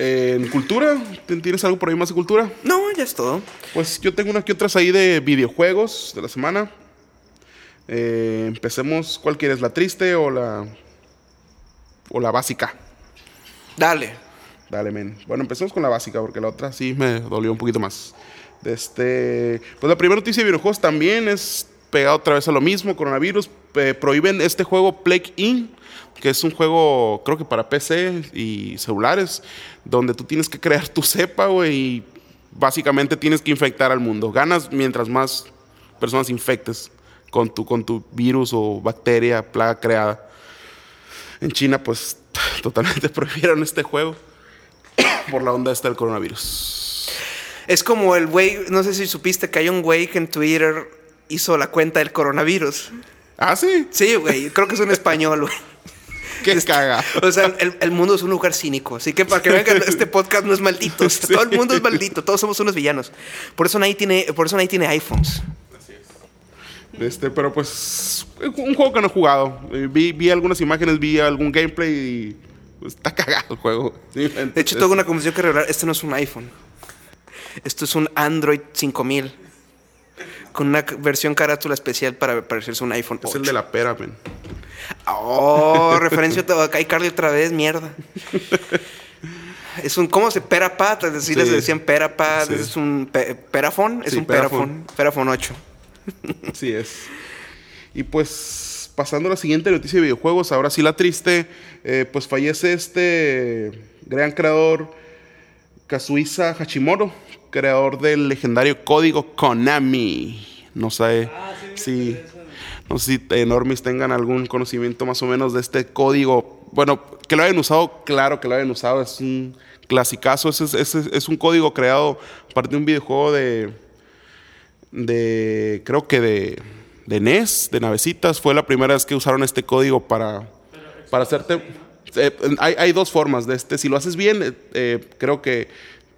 B: Eh, En cultura, ¿tien- ¿tienes algo por ahí más de cultura?
A: No, ya es todo.
B: Pues yo tengo unas que otras ahí de videojuegos de la semana. Eh, empecemos. ¿Cuál quieres? ¿La triste o la. o la básica?
A: Dale.
B: Dale, men. Bueno, empecemos con la básica, porque la otra sí me dolió un poquito más. De Este, pues la primera noticia de videojuegos también es pegada otra vez a lo mismo, coronavirus. Eh, prohíben este juego Plague In, que es un juego, creo que para PC y celulares, donde tú tienes que crear tu cepa, güey, y básicamente tienes que infectar al mundo. Ganas mientras más personas infectes con tu, con tu virus o bacteria, plaga creada. En China, pues, totalmente prohibieron este juego por la onda esta del coronavirus.
A: Es como el güey, no sé si supiste que hay un güey que en Twitter hizo la cuenta del coronavirus.
B: Ah, sí.
A: Sí, güey, creo que es un español, güey.
B: Qué
A: Este.
B: caga.
A: O sea, el, el mundo es un lugar cínico. Así que para que vean que este podcast no es maldito. o sea,
B: Sí.
A: Todo el mundo es maldito. Todos somos unos villanos. Por eso nadie tiene, por eso nadie tiene iPhones.
B: Este, pero pues, un juego que no he jugado. Eh, Vi, vi algunas imágenes, vi algún gameplay y pues, está cagado el juego.
A: De hecho, tengo una confusión que revelar. Este no es un iPhone. Esto es un Android 5000. Con una c- versión carátula especial para parecerse un iPhone
B: Es el de la pera, men.
A: Oh, referencia a Carly otra vez, mierda. Es un, ¿cómo se? Perapad, es decir,
B: Sí.
A: les decían Perapad,
B: Sí.
A: es un pe- Perafon, es
B: Sí,
A: un Perafon, Perafon 8.
B: Así es. Y pues, pasando a la siguiente noticia de videojuegos, ahora sí la triste, eh, pues fallece este gran creador Kazuisa Hashimoto, creador del legendario código Konami. No sé
C: Ah, sí, me
B: si,
C: interesa.
B: no sé si enormes tengan algún conocimiento más o menos de este código. Bueno, que lo hayan usado, claro que lo hayan usado, es un clasicazo. Es, es- es- es un código creado a partir de un videojuego de, de creo que de, de NES, de navecitas, fue la primera vez que usaron este código para, para hacerte... eh, hay, hay dos formas de este. Si lo haces bien, eh, eh, creo que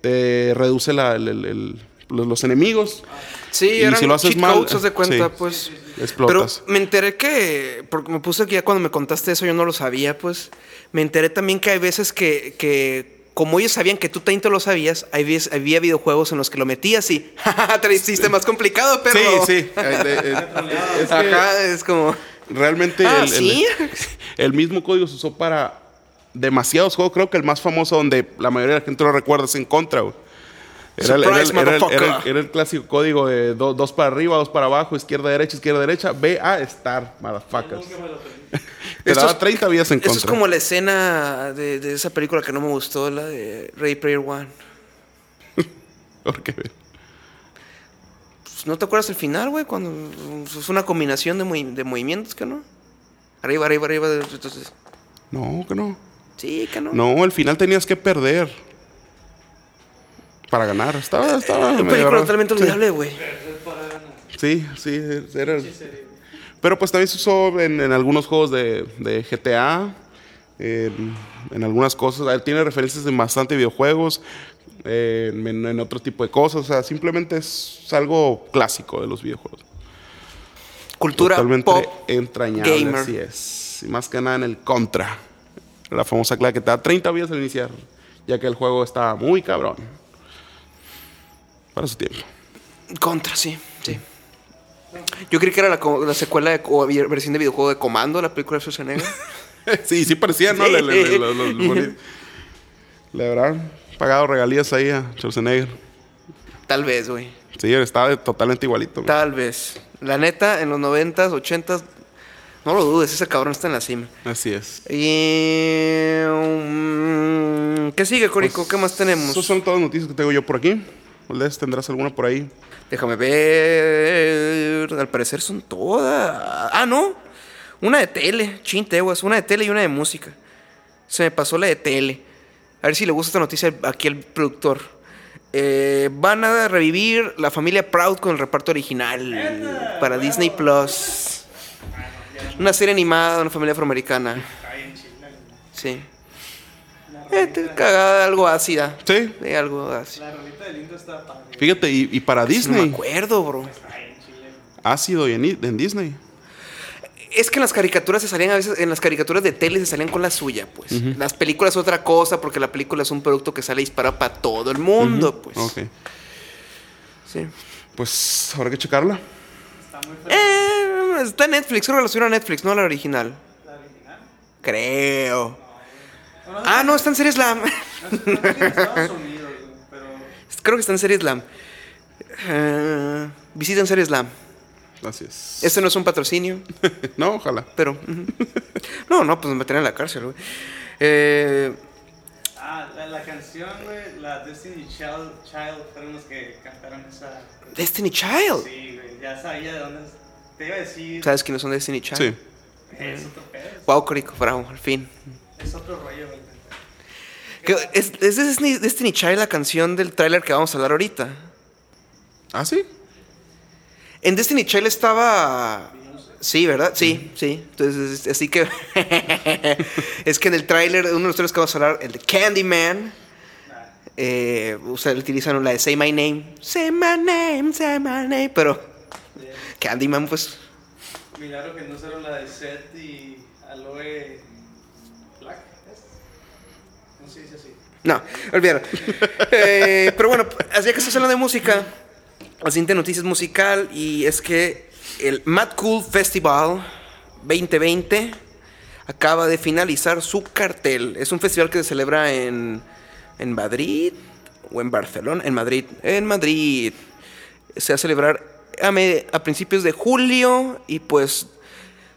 B: te reduce la- el- el- el- los, los enemigos.
A: Sí,
B: Y
A: eran
B: si lo haces
A: cheat
B: mal,
A: codes, haz de cuenta,
B: sí,
A: pues.
B: explotas.
A: Pero me enteré que, porque me puse aquí ya cuando me contaste eso, yo no lo sabía, pues. Me enteré también que hay veces que, que como ellos sabían que tú tanto lo sabías, hay veces- había videojuegos en los que lo metías y, ¡jajaja! te lo hiciste más complicado, pero.
B: Sí, sí. Eh, de- eh, es que
A: Ajá, es como.
B: realmente
A: Ah,
B: el, el-
A: ¿sí?
B: el mismo código se usó para demasiados juegos. Creo que el más famoso donde la mayoría de la gente lo recuerda es en contra, güey. Era el, era el-
A: Surprise,
B: era el-
A: motherfucker.
B: era el- era el clásico código de do- dos para arriba, dos para abajo, izquierda, derecha, izquierda, derecha. Ve a estar, motherfuckers.
C: Nunca me lo aprendí.
B: Te
A: Esto
B: daba
A: es-
B: 30 vidas en contra.
A: Eso es como la escena de, de esa película que no me gustó, la de Ready Player One.
B: ¿Por qué?
A: Pues, ¿No te acuerdas el final, güey? Cuando es una combinación de, movi- de movimientos, ¿que no? Arriba, arriba, arriba. de- Entonces,
B: No, que no.
A: sí, que no.
B: No, al final tenías que perder. Para ganar. Estaba, estaba.
A: Una
B: medio
A: película
B: raro.
A: totalmente olvidable, güey.
C: Es para ganar.
B: Sí, sí, era.
C: Sí, sería.
B: Pero pues también se usó en, en algunos juegos de, de GTA, en, en algunas cosas. Él tiene referencias en bastante videojuegos, eh, en, en otro tipo de cosas. O sea, simplemente es algo clásico de los videojuegos.
A: Cultura
B: Totalmente
A: pop.
B: entrañable.
A: gamer.
B: Así es. Y más que nada en el contra. La famosa clave que te da 30 vidas al iniciar, ya que el juego está muy cabrón. Para su tiempo.
A: Contra, sí, sí. Yo creí que era la, co- la secuela de, o vi- versión de videojuego de Comando, la película de Schwarzenegger.
B: sí, sí parecía, ¿no?
A: Sí.
B: Le, le- le- lo- lo- lo bonito. Le habrán pagado regalías ahí a Schwarzenegger.
A: Tal vez, güey.
B: Sí, estaba de- totalmente igualito. güey.
A: Tal vez. La neta, en los 90s, 80s, No lo dudes, ese cabrón está en la cima.
B: Así es.
A: Y, um, ¿Qué sigue, Corico? ¿Qué más tenemos?
B: Esas Pues, son todas las noticias que tengo yo por aquí. Les tendrás alguna por ahí.
A: Déjame ver. Al parecer son todas. Ah, no. Una de tele, chinteguas. Una de tele y una de música. Se me pasó la de tele. A ver si le gusta esta noticia aquí al productor. Eh, van a revivir la familia Proud con el reparto original para Disney Plus. Una serie animada de una familia afroamericana. Sí. Eh, te- cagada, algo ácida.
B: Sí.
A: Eh, algo ácido.
C: La rolita del Indio está padre.
B: Fíjate, y, y para
A: No me
B: Disney.
A: acuerdo, bro.
B: Ácido y en, i- en Disney.
A: Es que en las caricaturas se salían a veces, en las caricaturas de tele se salían con la suya, pues. Las películas otra cosa, porque la película es un producto que sale disparado para todo el mundo, pues.
B: Ok.
A: Sí.
B: Pues habrá que checarla.
A: Eh, está en Netflix, creo que la subieron a Netflix, no a la original.
C: ¿La original?
A: Creo. Ah, no, está en Serie Slam.
C: No sé, creo que en Estados Unidos, güey, pero
A: creo que está en Serie Slam. Eh, visiten Serie Slam.
B: Así es.
A: Este no es un patrocinio.
B: no, ojalá.
A: Pero. ujú. No, no, pues me meterán en la cárcel, güey. Eh,
C: Ah, la, la canción, güey, la Destiny Child, Child fueron los que cantaron esa.
A: Destiny Child.
C: Sí, güey, ya sabía de dónde. es- Te iba a decir.
A: ¿Sabes quiénes son Destiny Child?
B: Sí.
C: Es otro pedo.
A: Wow, Corico, bravo, al fin.
C: Es otro rollo, güey.
A: Que- ¿Es, es de Destiny, Destiny Child la canción del tráiler que vamos a hablar ahorita?
B: ¿Ah, sí?
A: En Destiny Child estaba... Sí, ¿verdad? Sí, sí. Entonces, es- así que... es que en el tráiler, uno de los trailers que vamos a hablar, el de Candyman, eh, usa- utilizan la de Say My Name. Say My Name, Say My Name. Pero Candyman, pues...
C: Milagro que no usaron la de Seth y Aloe Black. ¿es? No sé si es así.
A: No, olvídalo. Eh, pero bueno, así que estás hablando de música, la siguiente noticia es musical y es que el Mad Cool Festival 2020 acaba de finalizar su cartel. Es un festival que se celebra en, en Madrid o en Barcelona, en Madrid, en Madrid. Se va a celebrar a, me- a principios de julio y pues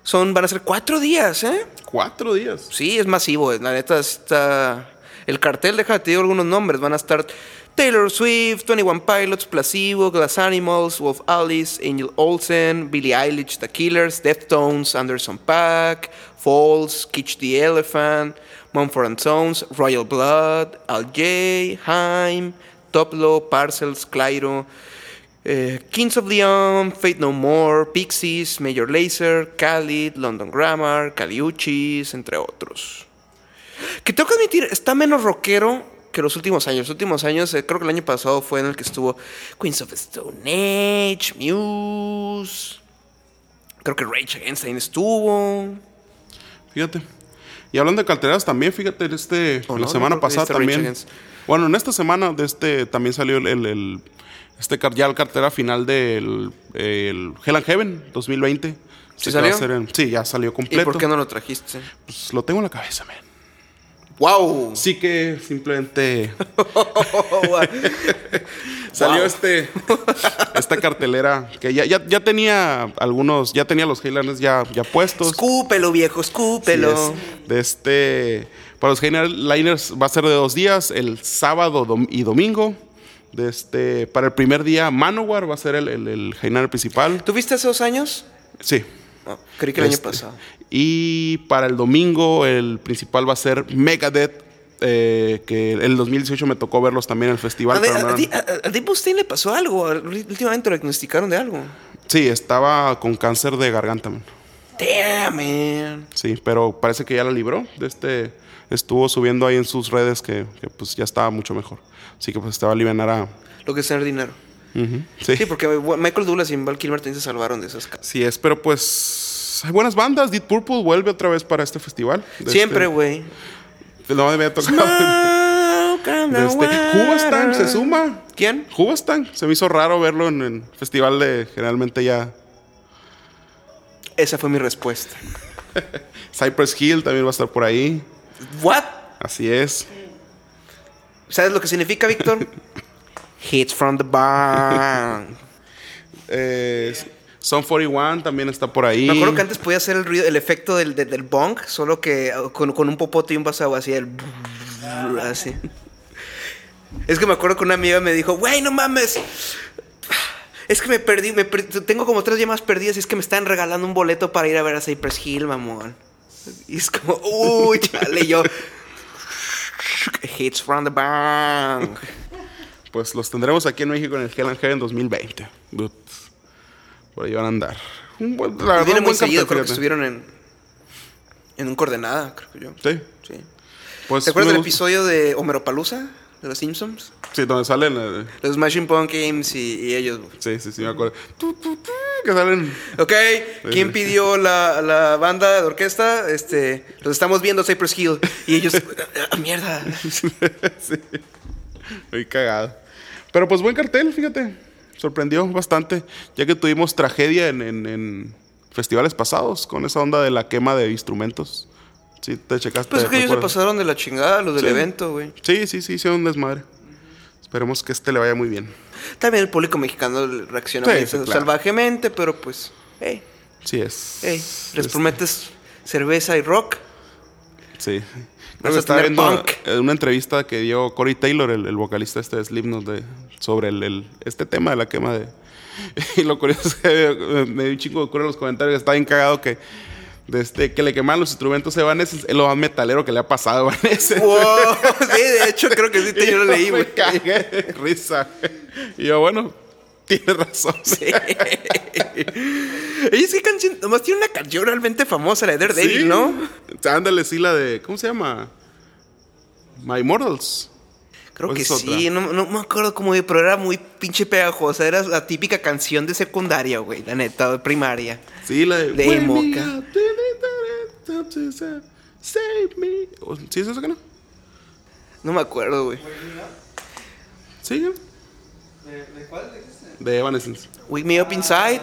A: son, van a ser cuatro días, ¿eh?
B: Cuatro días.
A: Pues Sí, es masivo. La neta está. El cartel, déjate, te digo algunos nombres. Van a estar Taylor Swift, 21 Pilots, Placebo, Glass Animals, Wolf Alice, Angel Olsen, Billie Eilish, The Killers, Deftones, Anderson Pack, Falls, Kitsch the Elephant, Mumford and Sons, Royal Blood, Al J, Haim, Toplo, Parcels, Clyro. Eh, Kings of Leon, Fate No More, Pixies, Major Lazer, Khalid, London Grammar, Caliuchis, entre otros. Que tengo que admitir, está menos rockero que los últimos años. Los últimos años, eh, creo que el año pasado fue en el que estuvo Queens of Stone Age, Muse. Creo que Rage Against también estuvo.
B: Fíjate. Y hablando de carteleras también, fíjate, en este,
A: Oh,
B: la
A: no,
B: semana
A: no creo que
B: pasada
A: este Rage
B: también.
A: Against.
B: Bueno, en esta semana de este también salió el, el- el- este car- ya la cartera final del el Hell and Heaven 2020.
A: ¿Sí
B: Este que va a
A: salió?
B: ser en- sí, ya salió
A: ¿Y
B: completo.
A: por qué no lo trajiste?
B: Pues lo tengo en la cabeza, man.
A: ¡Wow!
B: Así que simplemente Salió
A: Wow.
B: este esta cartelera que ya, ya, ya tenía algunos, ya tenía los Highlanders ya, ya puestos.
A: escúpelo, viejo, escúpelo.
B: Así es. De este para los Highlanders va a ser de dos días, el sábado dom- y domingo. De este, para el primer día, Manowar va a ser el, el, el Highlander principal.
A: ¿Tuviste hace dos años?
B: Sí.
A: No, creí que el año
B: Este,
A: pasado.
B: Y para el domingo, el principal va a ser Megadeth. eh, que el 2018 me tocó verlos también en el festival.
A: A, ver,
B: pero no
A: a- a
B: eran-
A: ti- a- a Dave Mustaine le pasó algo. al- Últimamente lo diagnosticaron de algo.
B: Sí, estaba con cáncer de garganta, man.
A: Damn, man.
B: Sí, pero parece que ya la libró. De este, estuvo subiendo ahí en sus redes que, que, pues ya estaba mucho mejor. Así que pues estaba aliviar a.
A: Lo que es tener dinero.
B: Ujú, sí.
A: Sí, pues.
B: sí,
A: porque Michael Douglas y Val Kilmer también se salvaron de esas casas.
B: es, pero pues. Hay buenas bandas. Deep Purple vuelve otra vez para este festival. De
A: Siempre,
B: este,
A: güey.
B: No me había tocado.
A: Smoke on
B: De
A: the
B: este, Hoobastank se suma.
A: ¿Quién?
B: Hoobastank. Se me hizo raro verlo en el festival de generalmente ya.
A: Esa fue mi respuesta.
B: Cypress Hill también va a estar por ahí.
A: ¿What?
B: Así es.
A: ¿Sabes lo que significa, Víctor? Hits from the barn.
B: Eh, Son 41 también está por ahí.
A: Me acuerdo que antes podía hacer el ruido, el efecto del, del, del bong, solo que ah, con, con un popote y un vaso de agua, así el así. Es que me acuerdo que una amiga me dijo, güey, no mames. Es que me perdí, me per- tengo como tres llamadas perdidas y es que me están regalando un boleto para ir a ver a Cypress Hill, mamón. Y es como, uy, chale, yo. Hits from the bank.
B: Pues los tendremos aquí en México en el Hell and Heaven 2020. Dude. Por ahí van a andar. Un buen, la verdad,
A: Viene
B: un
A: muy
B: buen cartel,
A: seguido, creo que
B: fíjate.
A: estuvieron en. En un coordenada, creo que yo.
B: Sí.
A: Sí.
B: Pues,
A: ¿Te acuerdas
B: me
A: del
B: gusta-
A: episodio de Homeropalooza? De los Simpsons.
B: Sí, donde salen. eh,
A: Los Smashing Pumpkins y, y ellos. güey.
B: sí, sí, sí, me acuerdo. Tu, tu, tu, que salen.
A: Ok, ¿quién
B: sí.
A: pidió la, la banda de orquesta? Este, los estamos viendo Cypress Hill. Y ellos, "Ah, ah, mierda.
B: sí. Muy cagado. Pero pues buen cartel, fíjate. Sorprendió bastante. Ya que tuvimos tragedia en, en- en festivales pasados con esa onda de la quema de instrumentos. Sí, te checaste.
A: Pues es que ellos se
B: ¿recuerdas?
A: pasaron de la chingada, los del
B: Sí.
A: evento, güey.
B: Sí, sí, sí, hicieron un desmadre. Esperemos que este le vaya muy bien.
A: También el público mexicano reaccionó
B: Sí,
A: medio
B: sí, claro.
A: salvajemente, pero pues, hey,
B: Sí es.
A: hey, les
B: es-
A: prometes cerveza y rock.
B: Sí.
A: Vas
B: Creo
A: a
B: que estaba
A: tener
B: viendo
A: punk.
B: eh, una entrevista que dio Corey Taylor, el, el vocalista este de Slipknot, de, sobre el, el- este tema de la quema de... Y lo curioso es que eh, me dio un chingo de cura en los comentarios, está bien cagado que... de este, que le quemaban los instrumentos a Evanescence, es lo más metalero que le ha pasado a Evanescence.
A: Wow, sí, de hecho creo que sí, te- yo lo leí,
B: me
A: güey.
B: cagué de risa. Y yo, bueno, tienes razón.
A: Sí. Oye, es que canción, nomás tiene una canción realmente famosa, la de Daredevil,
B: Sí.
A: ¿no?
B: Ándale, sí, la de... ¿Cómo se llama? My Immortals.
A: Creo
B: ¿O
A: que
B: Pues es otra?
A: sí, no, no me acuerdo cómo, pero era muy pinche pegajosa. Era la típica canción de secundaria, güey, la neta, de primaria.
B: Sí, la de...
A: De
B: Wake me
A: Moca.
B: up, da-da-da-da-da-da-da, Save me. O- ¿Sí es eso que no?
A: No me acuerdo, güey.
B: ¿Sí? que no?
C: ¿De, de cuál dijiste?
B: De Evanescence.
A: Wake me up inside.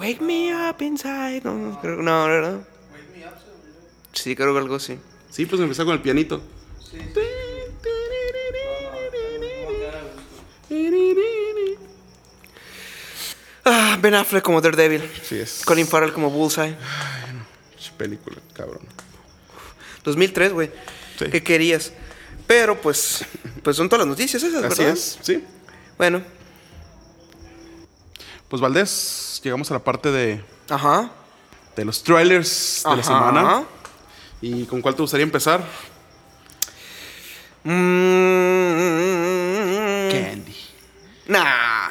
A: Wake me up inside. No, no, creo, no, ¿verdad?
C: Wake Me Up, se me olvidó.
A: Sí, creo que algo así.
B: Sí, pues empezó con el pianito.
C: Sí, sí. No, no, no, no, no, no, no.
A: Ah, Ben Affleck como Daredevil.
B: Sí es.
A: Colin Farrell como Bullseye.
B: Ch, Película, cabrón.
A: 2003, güey.
B: Sí.
A: ¿Qué querías? Pero pues, pues son todas las noticias esas,
B: Así
A: ¿verdad?
B: es, sí.
A: Bueno,
B: Pues Valdés, llegamos a la parte de,
A: ajá.
B: de los trailers de
A: ajá.
B: la semana. ¿Y con cuál te gustaría empezar?
A: Mm.
B: Candy.
A: Nah.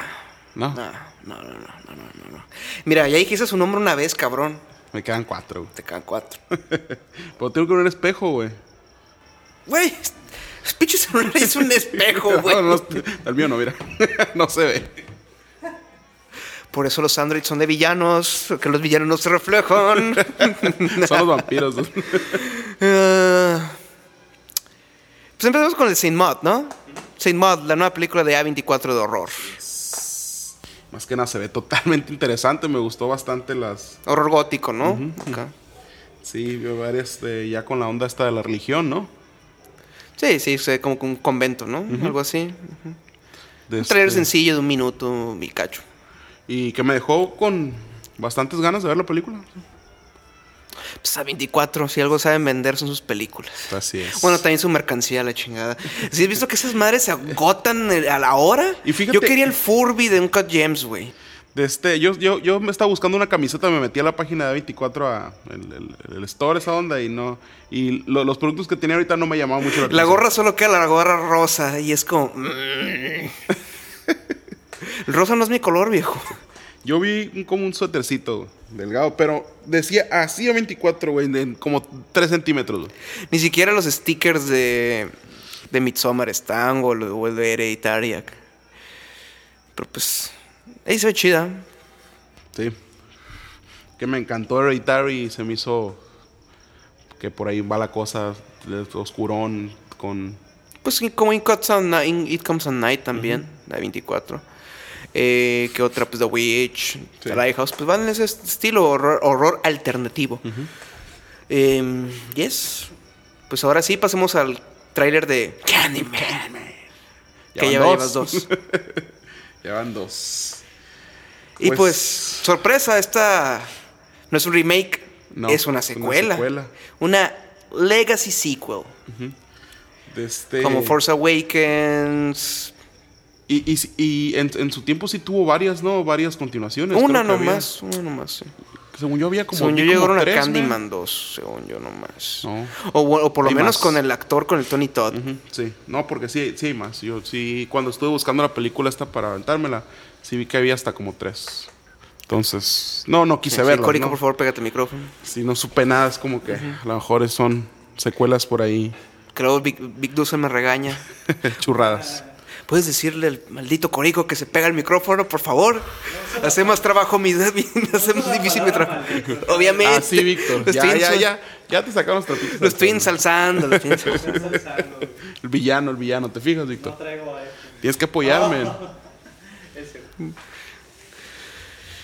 B: ¿No?
A: No, no, no, no, no, no, no, no. Mira, ya dijiste su nombre una vez, cabrón.
B: Me quedan cuatro, güey.
A: Te quedan cuatro.
B: Pero tengo que ver un espejo, güey.
A: Güey, es- pinche celular es un espejo, güey.
B: No, no, el mío no, mira. no se ve.
A: Por eso los androids son de villanos, que los villanos no se reflejan.
B: Son los vampiros.
A: Ah. pues empezamos con el Saint Mod, ¿no? Saint Mod, la nueva película de A24 de horror.
B: Más que nada se ve totalmente interesante. Me gustó bastante las.
A: Horror gótico, ¿no? Acá.
B: Sí, veo varias de- ya con la onda esta de la religión, ¿no?
A: Sí, sí, se ve como que un convento, ¿no? Algo así.
B: De
A: Un trailer
B: este-
A: sencillo de un minuto, mi cacho.
B: Y que me dejó con bastantes ganas de ver la película.
A: Pues A24, si algo saben vender son sus películas.
B: Así es.
A: Bueno, también su mercancía, la chingada. Si has visto que esas madres se agotan el- a la hora.
B: Y fíjate-
A: Yo quería el Furby de un Cut James, güey.
B: De este, yo, yo, yo me estaba buscando una camiseta, me metí a la página de 24 a el, el- el store, esa onda, y no. Y lo- los productos que tenía ahorita no me llamaban mucho la
A: La
B: atención.
A: gorra solo queda la gorra rosa y es como. mm. El rosa no es mi color, viejo.
B: Yo vi un- como un suétercito güey, delgado, pero decía así a 24, güey, de como 3 centímetros. güey.
A: Ni siquiera los stickers de. de Midsommar están o lo- o el de Hereditary. acá. Pero pues. Ahí se ve chida.
B: Sí. Que me encantó Hereditary y se me hizo que por ahí va la cosa, el oscurón, con...
A: Pues y como In Cuts on Ni- In- It Comes on Night también, la 24. Eh, ¿Qué otra? Pues The Witch,
B: Sí.
A: The Lighthouse. Pues van en ese est- estilo horror, horror alternativo. Em, yes. Pues ahora sí, pasemos al tráiler de Candyman.
B: Ya
A: que ya
B: van dos.
A: llevas dos.
B: Ya van dos.
A: Y
B: Pues-
A: pues, sorpresa, esta no es un remake,
B: No,
A: es una
B: es una
A: secuela. Una,
B: secuela.
A: legacy sequel.
B: de este-
A: Como Force Awakens.
B: Y, y- y en, en su tiempo sí tuvo varias, ¿no? Varias continuaciones.
A: Una
B: creo que había.
A: nomás, una nomás. sí.
B: Según yo había como.
A: según
B: vi
A: yo
B: como
A: llegaron a
B: tres,
A: Candyman
B: ¿no?
A: 2, según yo nomás.
B: No.
A: O, bueno, o por lo
B: Hay
A: menos
B: más.
A: con el actor, con el Tony Todd.
B: Ujú, Sí, no, porque sí, sí hay más. Yo sí, cuando estuve buscando la película esta para aventármela, sí vi que había hasta como tres. Entonces, no, no quise
A: Sí,
B: verla.
A: Córico,
B: ¿no?
A: por favor, pégate el micrófono.
B: Si no supe nada, es como que a lo mejor son secuelas por ahí
A: Creo Big, Big Dulce me regaña.
B: churradas.
A: ¿Puedes decirle al maldito Corico que se pega el micrófono, por favor? Hace más trabajo mi... Hace más difícil mi trabajo. Obviamente.
B: Ah, sí, Víctor.
A: Lo estoy
B: Ya, ya,
A: ensal-
B: ya. Ya te sacaron los trapitos.
A: Lo estoy
B: al sol.
A: ensalzando. lo estoy ensalzando.
C: Pensando, güey.
B: El villano, el villano. ¿Te fijas, Víctor?
C: No traigo a este.
B: Tienes que apoyarme.
A: Oh.
C: Ese.
B: Vamos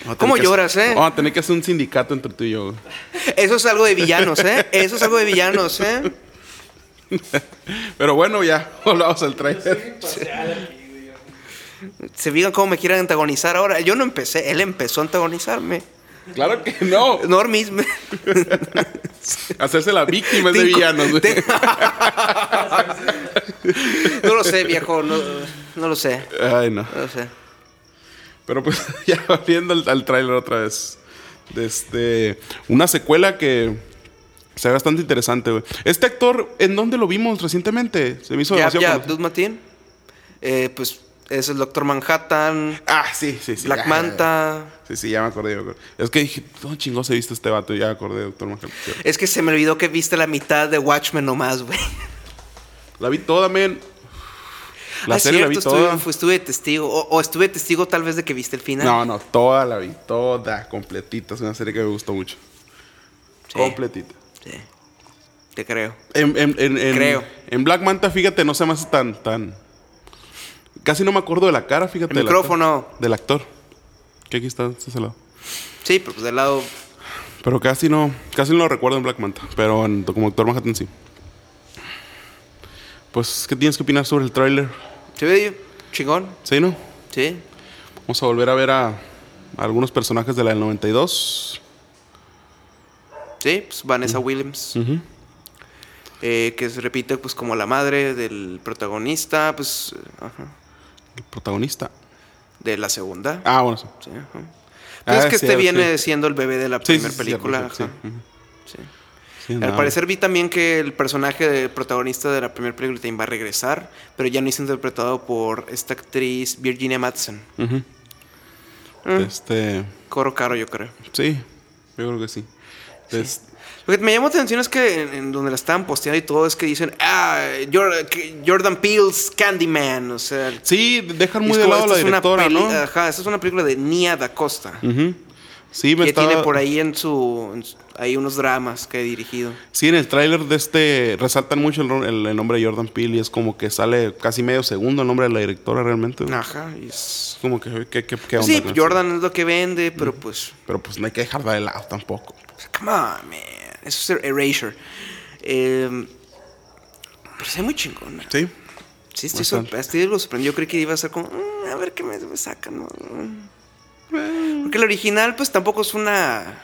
B: a tener
A: ¿Cómo
B: que hacer-
A: lloras, eh?
B: Vamos a tener que hacer un sindicato entre tú y yo. güey.
A: Eso es algo de villanos, ¿eh? Eso es algo de villanos, ¿eh?
B: Pero bueno, ya. Volvamos al
C: Soy
B: trailer.
C: imparcial aquí, güey. yo.
A: Se digan cómo me quieran antagonizar ahora. Yo no empecé. Él empezó a antagonizarme.
B: Claro que no.
A: Normis. me-
B: Hacerse la víctima es de
A: Te inco-
B: villanos. güey.
A: te- No lo sé, viejo. No, no lo sé.
B: Ay, no.
A: No lo sé.
B: Pero pues ya volviendo al, al tráiler otra vez. De este, una secuela que se ve bastante interesante, güey. Este actor, ¿en dónde lo vimos recientemente? Se me hizo
A: Ya,
B: demasiado
A: ya,
B: conocido.
A: Abdul Matin. Eh, pues es el Doctor Manhattan.
B: Ah, sí, sí, sí.
A: Black
B: ya,
A: Manta.
B: ya, ya. Sí, sí, ya me acordé. me acordé. Es que dije, ¿dónde chingos he visto este vato? Ya me acordé, doctor Manhattan. Sí.
A: Es que se me olvidó que viste la mitad de Watchmen nomás, güey.
B: La vi toda, men. La
A: Ah,
B: serie la vi
A: cierto, estuve-
B: toda.
A: fu- Estuve, testigo. O, o estuve testigo tal vez de que viste el final.
B: No, no, toda la vi, toda, completita. Es una serie que me gustó mucho.
A: Sí.
B: Completita.
A: Sí. Te creo.
B: En, en- en- en-
A: Creo.
B: En Black Manta, fíjate, no se me hace tan, tan. Casi no me acuerdo de la cara, fíjate.
A: El
B: del
A: micrófono.
B: actor- Del actor. Que aquí está, está a ese lado.
A: Sí, pero pues del lado.
B: Pero casi no, casi no lo recuerdo en Black Manta. Pero en- como actor Manhattan sí. Pues, ¿qué tienes que opinar sobre el tráiler?
A: ¿Se ve chingón?
B: ¿Sí, no?
A: Sí.
B: Vamos a volver a ver a, a algunos personajes de la del 92.
A: Sí, pues Vanessa Williams.
B: Ujú.
A: eh, que se repite pues como la madre del protagonista, pues. ajá,
B: El protagonista.
A: de la segunda.
B: Ah, bueno, sí.
A: Sí, ajá. Pues
B: Ah,
A: es que
B: sí,
A: este
B: sí.
A: viene siendo el bebé de la
B: Sí, sí,
A: primera
B: sí,
A: película.
B: sí,
A: ajá,
B: sí. Ujú.
A: sí.
B: Sí,
A: Al
B: nada.
A: parecer vi también que el personaje del protagonista de la primera película también va a regresar, pero ya no es interpretado por esta actriz Virginia Madsen.
B: Ujú.
A: Mm.
B: Este.
A: Coro caro, yo creo.
B: Sí, yo creo que sí. Es-
A: Lo que me llamó la atención es que en, en donde la estaban posteando y todo es que dicen, ah, Jor- que- Jordan Peele's Candyman, o sea... y
B: sí, dejan
A: es
B: muy de
A: como,
B: lado a la
A: "Esta es una
B: directora,
A: peli-
B: ¿no?
A: Ajá, esta es una película de Nia da Costa,
B: Ujú. Sí, me
A: que
B: estaba-
A: tiene por ahí en su... en su- hay unos dramas que ha dirigido.
B: Sí, en el tráiler de este resaltan mucho el, ro- el- el nombre de Jordan Peele y es como que sale casi medio segundo el nombre de la directora realmente. güey.
A: Ajá, y es-
B: Es como que, que, que- que
A: Pues
B: onda
A: sí,
B: con eso?
A: Jordan es lo que vende, pero pues...
B: Pero pues no hay que dejar de lado tampoco.
A: Pues, Come on, man. Eso es er-, erasure. Eh, pero se ve muy chingona.
B: Sí.
A: Sí, estoy,
B: bastante.
A: sorpre- estoy algo sorprendido. Yo creí que iba a ser como, "Mm, a ver qué me, me sacan. ¿no? Mm".
B: Mm.
A: Porque el original, pues tampoco es una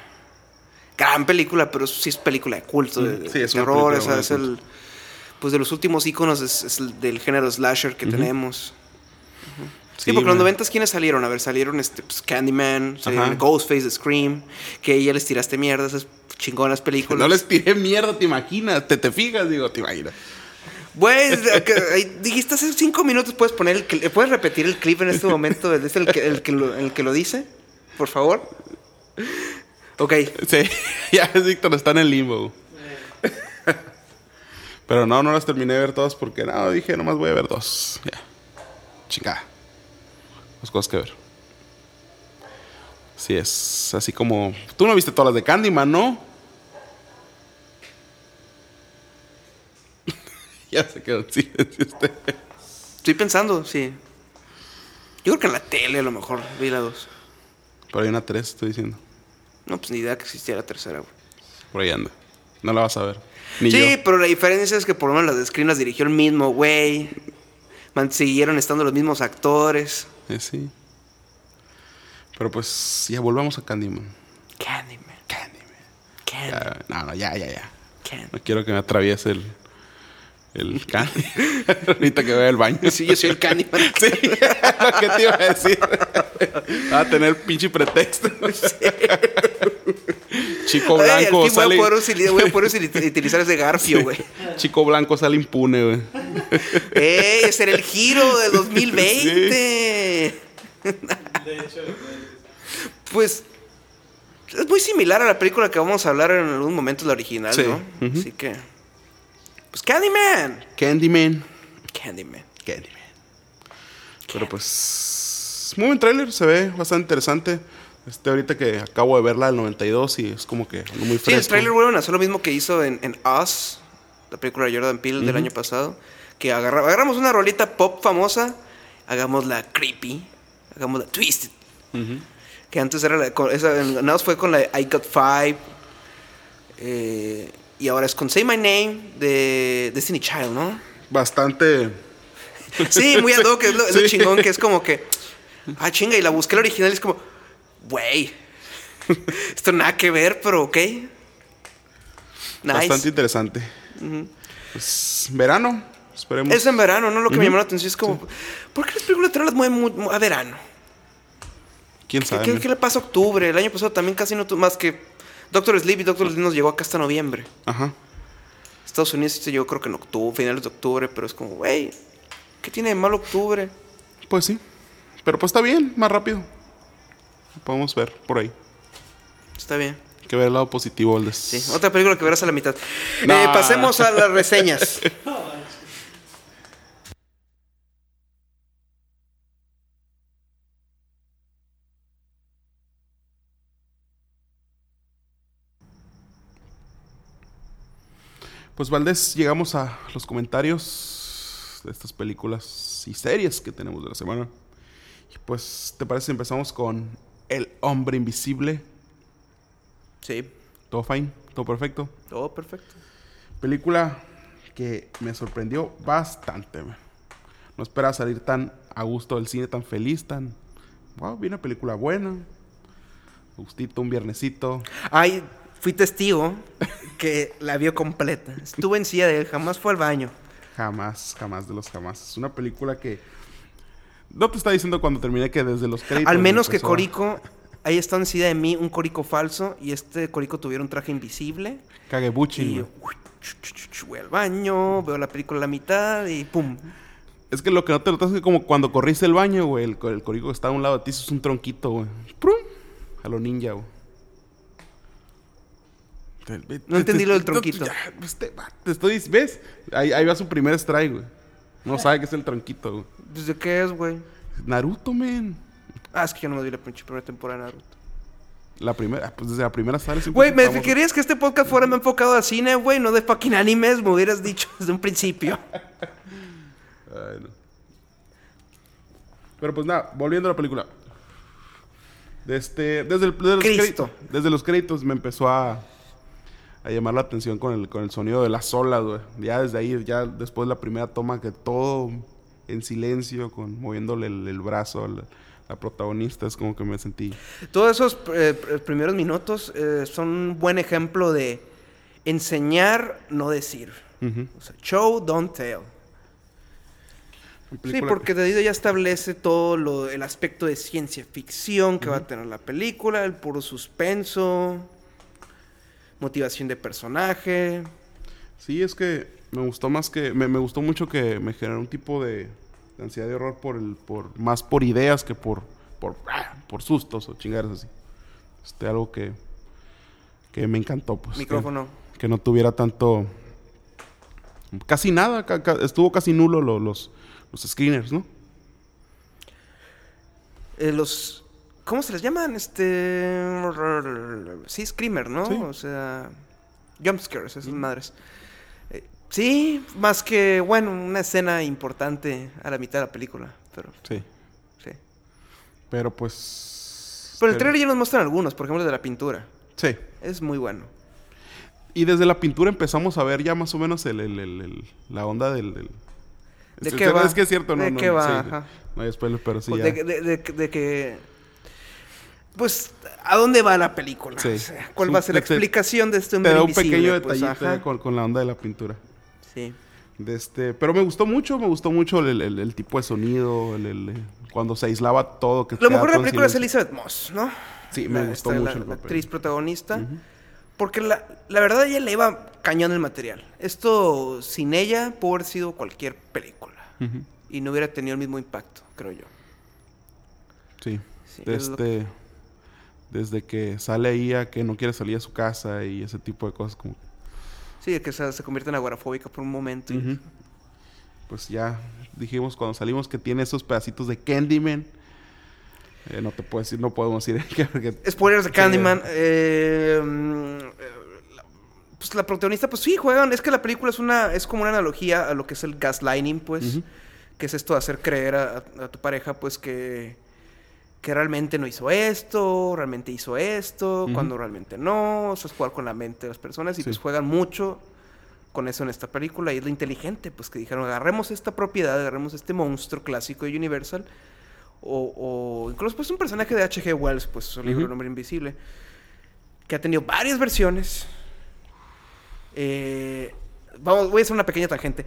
A: gran película, pero sí es película de culto, de,
B: Mm,
A: de
B: sí, es una
A: terror.
B: película
A: o sea,
B: de
A: es el. Pues de los últimos íconos es- es el del género slasher que tenemos. Sí, porque en los
B: güey.
A: 90 ¿quiénes salieron? A ver, salieron este, pues, Candyman, salieron
B: Ajá.
A: Ghostface, The Scream, que ya les tiraste mierda, esas chingonas películas.
B: No les tiré mierda, te imaginas. Te, te fijas, digo, te imaginas.
A: Güey, es de- que- ahí dijiste hace cinco minutos, ¿puedes poner el cl- puedes repetir el clip en este momento? ¿Es el que, el que, lo, el que lo dice? Por favor. Ok.
B: Sí, ya ves, Víctor está en el limbo. güey. Pero no, no las terminé de ver todas porque no, dije, nomás voy a ver dos. Ya. Chingada. Las cosas que ver. Sí, es así como. Tú no viste todas las de Candyman, ¿no? ya se quedó en silencio usted.
A: Estoy pensando, sí. Yo creo que en la tele a lo mejor vi la dos.
B: Pero hay una tres, estoy diciendo.
A: No, pues ni idea que existiera la tercera, güey.
B: Por ahí anda. No la vas a ver. Ni
A: sí,
B: yo.
A: pero la diferencia es que por lo menos las de Scream las dirigió el mismo güey. Man, siguieron estando los mismos actores.
B: Eh, sí. Eh, Pero pues ya volvamos a Candyman.
A: Candyman.
B: Candyman.
A: Candyman.
B: Ya, no, no, ya, ya, ya.
A: Candyman.
B: No quiero que me atraviese el, el candy. Ahorita que vea el baño.
A: Sí, yo soy el Candyman.
B: Sí, lo que te iba a decir. Va a tener pinche pretexto. Chico
A: Ay, al
B: blanco
A: fin voy
B: sale.
A: a poder, usili- voy a poder usili- utilizar ese garfio, güey.
B: Chico blanco sale impune, güey.
A: ¡Ey! Eh, Ese era el giro del 2020.
C: De hecho,
A: Pues es muy similar a la película que vamos a hablar en algún momento, la original,
B: Sí.
A: ¿no?
B: Ujú.
A: Así que. Pues Candyman.
B: Candyman.
A: Candyman.
B: Candyman. Pero pues. Muy buen tráiler, se ve bastante interesante. Este, ahorita que acabo de verla del 92 y es como que algo muy
A: Sí,
B: fresco.
A: el trailer vuelven a hacer lo mismo que hizo en, en Us, la película de Jordan Peele del año pasado. Que agarra- agarramos una rolita pop famosa, hagamos la creepy, hagamos la twisted. Que antes era la. con- Esa, en Us fue con la de I Got Five. eh, y ahora es con Say My Name de Destiny Child, ¿no?
B: Bastante.
A: Sí, muy ad hoc, es lo, es lo
B: Sí.
A: chingón que es como que. Ah, chinga, y la busqué la original y es como, güey. Esto nada que ver, pero ok. Nice.
B: Bastante interesante. Pues, verano. Esperemos.
A: Es en verano, ¿no? Lo que me llamó la atención es como, ¿por qué las películas de terror las mueven mu- mu- a verano?
B: ¿Quién
A: ¿Qué,
B: sabe?
A: qué-
B: men?
A: qué le pasa a octubre? El año pasado también casi no tuvo más que Doctor Sleep y Doctor Sleep nos llegó acá hasta noviembre.
B: Ajá.
A: Estados Unidos se llegó creo que en octubre, finales de octubre, pero es como, güey, ¿qué tiene de malo octubre?
B: Pues sí. Pero pues está bien, más rápido. Podemos ver por ahí.
A: Está bien.
B: Hay que ver el lado positivo del des-
A: Sí, otra película que verás a la mitad.
B: No.
A: Eh, pasemos a las reseñas.
B: Pues Valdés, llegamos a los comentarios de estas películas y series que tenemos de la semana. Y pues, ¿te parece si empezamos con El Hombre Invisible?
A: Sí,
B: Todo fine, todo perfecto.
A: todo perfecto.
B: Película que me sorprendió bastante. man. No esperaba salir tan a gusto del cine, tan feliz, tan... Wow, vi una película buena. A Gustito, un viernesito.
A: Ay, fui testigo que la vio completa. Estuve en silla de él, jamás fue al baño.
B: Jamás, jamás de los jamás. Es una película que... No te está diciendo cuando terminé que desde los créditos...
A: Al menos que
B: empezó a-
A: Corico haya estado encima de mí un Corico falso y este Corico tuviera un traje invisible.
B: Kagebuchi.
A: y
B: güey.
A: uy, chu, chu, chu, chu, voy al baño, veo la película a la mitad y pum.
B: Es que lo que no te notas es que como cuando corriste el baño, güey, el, co- el corico que está a un lado de ti eso es un tronquito, güey. ¡Prum! A lo ninja, güey. Te- ve-
A: No entendí lo del
B: te-
A: tronquito.
B: ya, pues, Te, te estoy, ¿ves? Ahí, ahí va su primer strike, güey. No sabe que es el tronquito, güey.
A: ¿Desde qué es, güey?
B: Naruto, men.
A: Ah, es que yo no me vi la pinche primera temporada de Naruto.
B: La primera, ah, pues desde la primera sale. siempre
A: Güey, me
B: estamos-
A: querías que este podcast fuera más enfocado a cine, güey, no de fucking animes, me hubieras dicho desde un principio.
B: Ay, no. Pero pues nada, volviendo a la película. Desde, desde, el, desde los
A: Cristo.
B: créditos, desde los créditos me empezó a, a llamar la atención con el, con el sonido de las olas, güey. Ya desde ahí, ya después de la primera toma, que todo en silencio, con moviéndole el, el brazo, la, la protagonista, es como que me sentí.
A: Todos esos eh, pr- primeros minutos eh, son un buen ejemplo de enseñar, no decir.
B: Ujú.
A: O sea, show, don't tell. Sí,
B: Película
A: porque Dedido ya establece todo lo, el aspecto de ciencia ficción que va a tener la película, el puro suspenso, motivación de personaje.
B: Sí, es que me gustó más que. Me, me gustó mucho que me generó un tipo de, de ansiedad de horror por el. por. más por ideas que por. por. ah, por sustos o chingadas así. Este, algo que. que me encantó, pues. que-
A: Micrófono.
B: Que, no tuviera tanto. casi nada. ca- ca- estuvo casi nulo lo- los. los screeners, ¿no?
A: Eh, los. ¿Cómo se les llaman? Este. Sí, Screamer, ¿no?
B: Sí.
A: O sea. Jumpscares, esas madres. Eh, sí, más que, bueno, una escena importante a la mitad de la película. Pero,
B: Sí.
A: sí.
B: Pero pues.
A: Pero en el trailer ya nos muestran algunos, por ejemplo, el de la pintura.
B: Sí.
A: Es muy bueno.
B: Y desde la pintura empezamos a ver ya más o menos el, el- el- el- la onda del. del-
A: ¿De
B: es,
A: qué
B: es-
A: va?
B: Es que es cierto, no,
A: ¿De
B: no,
A: qué va?
B: sí,
A: Ajá.
B: no hay spoilers, pero sí.
A: O
B: ya.
A: de, de- de- de que. pues, ¿a dónde va la película?
B: Sí.
A: O sea, ¿Cuál
B: Es
A: va
B: un-
A: a ser la
B: te- te-
A: explicación de este
B: Te
A: hombre
B: da un
A: invisible?
B: pequeño
A: Pues,
B: detallito
A: ajá.
B: eh, con, con la onda de la pintura.
A: Sí.
B: De este, pero me gustó mucho, me gustó mucho el, el- el tipo de sonido, el, el- el- cuando se aislaba todo. Que
A: Lo
B: quedaba
A: mejor de
B: todo
A: la
B: en
A: película es
B: silencio.
A: Elizabeth Moss, ¿no?
B: Sí, me
A: La-
B: gustó
A: esta,
B: mucho
A: la,
B: el
A: la
B: papel.
A: actriz protagonista. Porque la, la verdad ella le iba cañón el material. Esto sin ella pudo haber sido cualquier película.
B: Ujú,
A: Y no hubiera tenido el mismo impacto, creo yo.
B: Sí.
A: Sí,
B: De
A: es lo
B: este, Desde que sale ahí a que no quiere salir a su casa y ese tipo de cosas, como que,
A: Sí, de que se, se convierte en agorafóbica por un momento. y-
B: ujú. Pues ya dijimos cuando salimos que tiene esos pedacitos de Candyman. Eh, no te puedo decir, no podemos decir que- porque-
A: Spoilers de
B: Sí.
A: Candyman. eh, mm, eh, la- pues la protagonista, pues sí, juegan. Es que la película es una, es como una analogía a lo que es el gaslighting, pues.
B: Ujú.
A: Que es esto de hacer creer a, a tu pareja, pues, que, que realmente no hizo esto, realmente hizo esto,
B: Ujú.
A: cuando realmente no. O sea, es jugar con la mente de las personas y
B: Sí.
A: pues juegan mucho con eso en esta película. Y es lo inteligente, pues, que dijeron, agarremos esta propiedad, agarremos este monstruo clásico de Universal. O, o incluso pues un personaje de H.G. Wells, pues su libro
B: Ujú.
A: El Hombre Invisible, que ha tenido varias versiones. Eh, vamos, voy a hacer una pequeña tangente.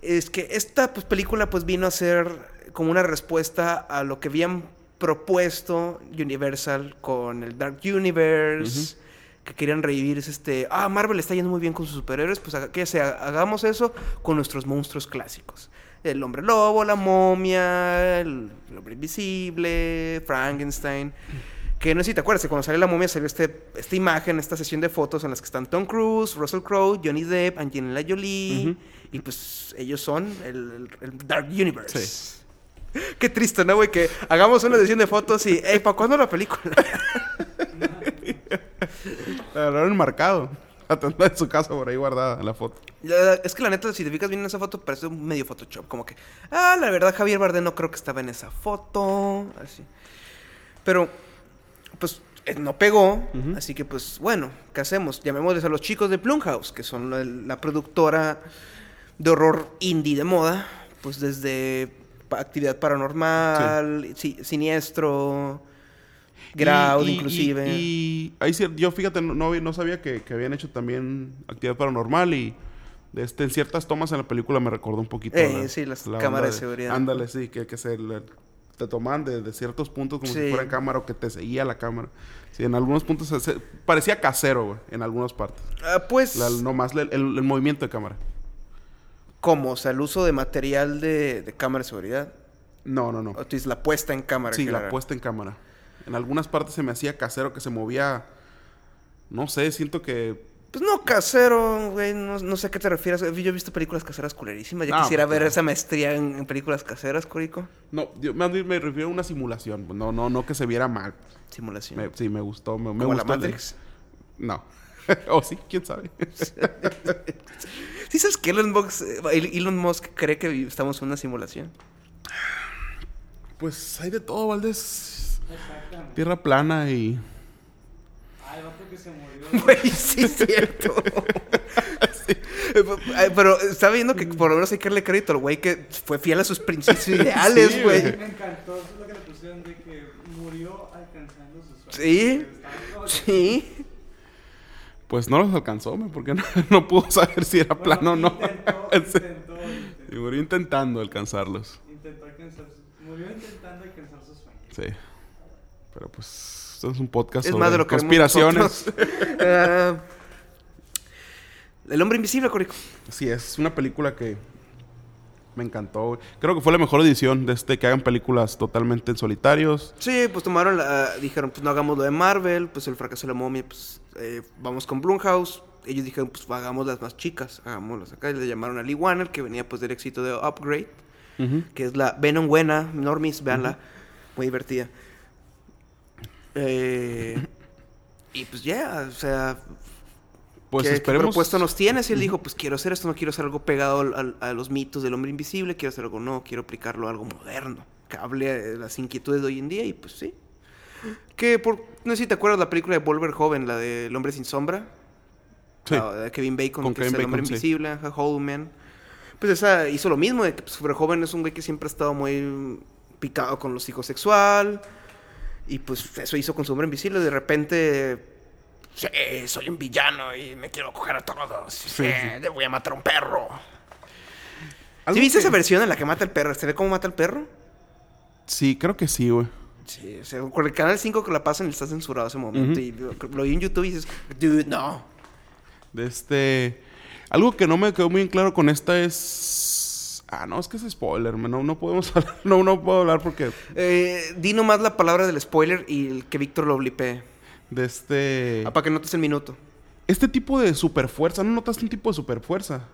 A: Es que esta pues, película pues vino a ser como una respuesta a lo que habían propuesto Universal con el Dark Universe, que querían revivir es este, ah, Marvel está yendo muy bien con sus superhéroes, pues haga- que sea, hagamos eso con nuestros monstruos clásicos. El hombre lobo, la momia, el, el hombre invisible, Frankenstein. Que no sé si te acuerdas, que cuando sale la momia salió este, esta imagen, esta sesión de fotos en las que están Tom Cruise, Russell Crowe, Johnny Depp, Angelina Jolie.
B: Ujú.
A: Y pues ellos son el, el- el Dark Universe.
B: Sí.
A: Qué triste, ¿no, güey? Que hagamos una sesión de fotos y, hey, ¿para cuándo la película?
B: La lo enmarcado. La tendrá en su casa por ahí guardada la foto.
A: La- es que la neta, si te fijas bien en esa foto, parece un medio Photoshop. Como que, ah, la verdad, Javier Bardem no creo que estaba en esa foto. Así. Pero, pues, eh, no pegó. Así que, pues, bueno, ¿qué hacemos? Llamémosles a los chicos de Plumhouse, que son la, la productora de horror indie de moda. Pues desde pa- actividad paranormal, si- siniestro, Ground,
B: Y- y-
A: inclusive.
B: Y, y ahí sí, yo fíjate, no, no vi- no sabía que, que habían hecho también actividad paranormal y este, en ciertas tomas en la película me recordó un poquito.
A: Eh, sí, las
B: la
A: cámaras
B: onda
A: de seguridad.
B: Ándale, sí, que, que se le- te toman de, de ciertos puntos como
A: Sí.
B: si fuera cámara o que te seguía la cámara. Sí, en algunos puntos se- se- parecía casero, güey, en algunas partes.
A: Ah, pues.
B: La- nomás el, el- el movimiento de cámara.
A: ¿Cómo? O sea, el uso de material de, de cámara de seguridad.
B: No, no, no.
A: O tú dices la puesta en cámara.
B: Sí,
A: en
B: la
A: general.
B: puesta en cámara. En algunas partes se me hacía casero que se movía. No sé, siento que.
A: Pues no, casero, güey. No, no sé a qué te refieres. Yo he visto películas caseras culerísimas. Ya
B: No,
A: quisiera
B: pues,
A: ver
B: claro.
A: esa maestría en, en películas caseras, Curico.
B: No, yo más bien me refiero a una simulación. No, no, no que se viera mal.
A: Simulación.
B: Me- sí, me gustó. Me, me
A: ¿Como la
B: gustó el-
A: Matrix?
B: No. o sí, quién sabe.
A: ¿Sí sabes que Elon Musk, eh, Elon Musk cree que vi- estamos en una simulación?
B: pues hay de todo, Valdés.
C: Exactamente.
B: Tierra plana y.
C: Ah, el vato que se murió.
A: Güey, sí es cierto. Eh, bu- eh, Pero está viendo que por lo menos hay que darle crédito al güey que fue fiel a sus principios
B: Sí,
A: ideales,
B: güey.
A: güey.
C: Me encantó eso es lo que le pusieron de que murió alcanzando sus
A: Sí.
C: sueños.
A: Sí.
B: Pues no los alcanzó, me, porque no, no pudo saber si era plano o no.
C: Intentó,
B: Sí. Y
C: intentó, intentó,
B: murió intentando alcanzarlos.
C: intentó alcanzar sus- Murió intentando alcanzar sus sueños.
B: Sí. Pero pues. Esto es un podcast.
A: Es
B: sobre
A: más de lo que haremos
B: Conspiraciones.
A: nosotros. Ah, el hombre invisible, Corico.
B: Sí, es una película que me encantó. güey. Creo que fue la mejor edición de este que hagan películas totalmente en solitarios.
A: Sí, pues tomaron la- Dijeron, pues no hagamos lo de Marvel, pues el fracaso de la momia, pues eh, vamos con Blumhouse. Ellos dijeron, pues hagamos las más chicas, hagámoslas acá. Y le llamaron a Lee Warner, que venía pues del éxito de Upgrade, que es la Venom buena, Normis, véanla. Muy divertida. Eh, y pues ya, o sea,
B: Pues
A: ¿Qué- qué
B: esperemos.
A: propuesta nos tienes? Y él dijo, pues quiero hacer esto, no quiero hacer algo pegado al- al- a los mitos del hombre invisible, quiero hacer algo nuevo, quiero aplicarlo a algo moderno, que hable de las inquietudes de hoy en día y pues sí. Que por, no sé si te acuerdas la película de Wolverhaven, la de El hombre sin sombra,
B: Sí.
A: la de Kevin Bacon,
B: Con
A: que es
B: Kevin
A: el hombre
B: Bacon, sí.
A: invisible, ajá, Hollowman. Pues esa hizo lo mismo, de que pues, Wolverhaven es un güey que siempre ha estado muy picado con lo psicosexual, Y pues eso hizo con su hombre invisible. De repente, sí, soy un villano y me quiero coger a todos. Sí, le voy a matar a un perro. ¿Sí
B: Algo
A: viste
B: que-
A: esa versión en la que mata al perro? ¿Se ve cómo mata al perro?
B: Sí, creo que sí, güey.
A: Sí, o sea, con el canal 5 que la pasan está censurado ese momento. Y lo, lo vi en YouTube y dices, dude, no.
B: De este. Algo que no me quedó muy en claro con esta es. Ah, no, es que es spoiler, man. no, no podemos hablar. No, no puedo hablar porque.
A: Eh, di nomás la palabra del spoiler y el que Víctor lo blipee.
B: De este.
A: Ah, para que notes el minuto.
B: Este tipo de superfuerza, ¿no notaste un tipo de superfuerza?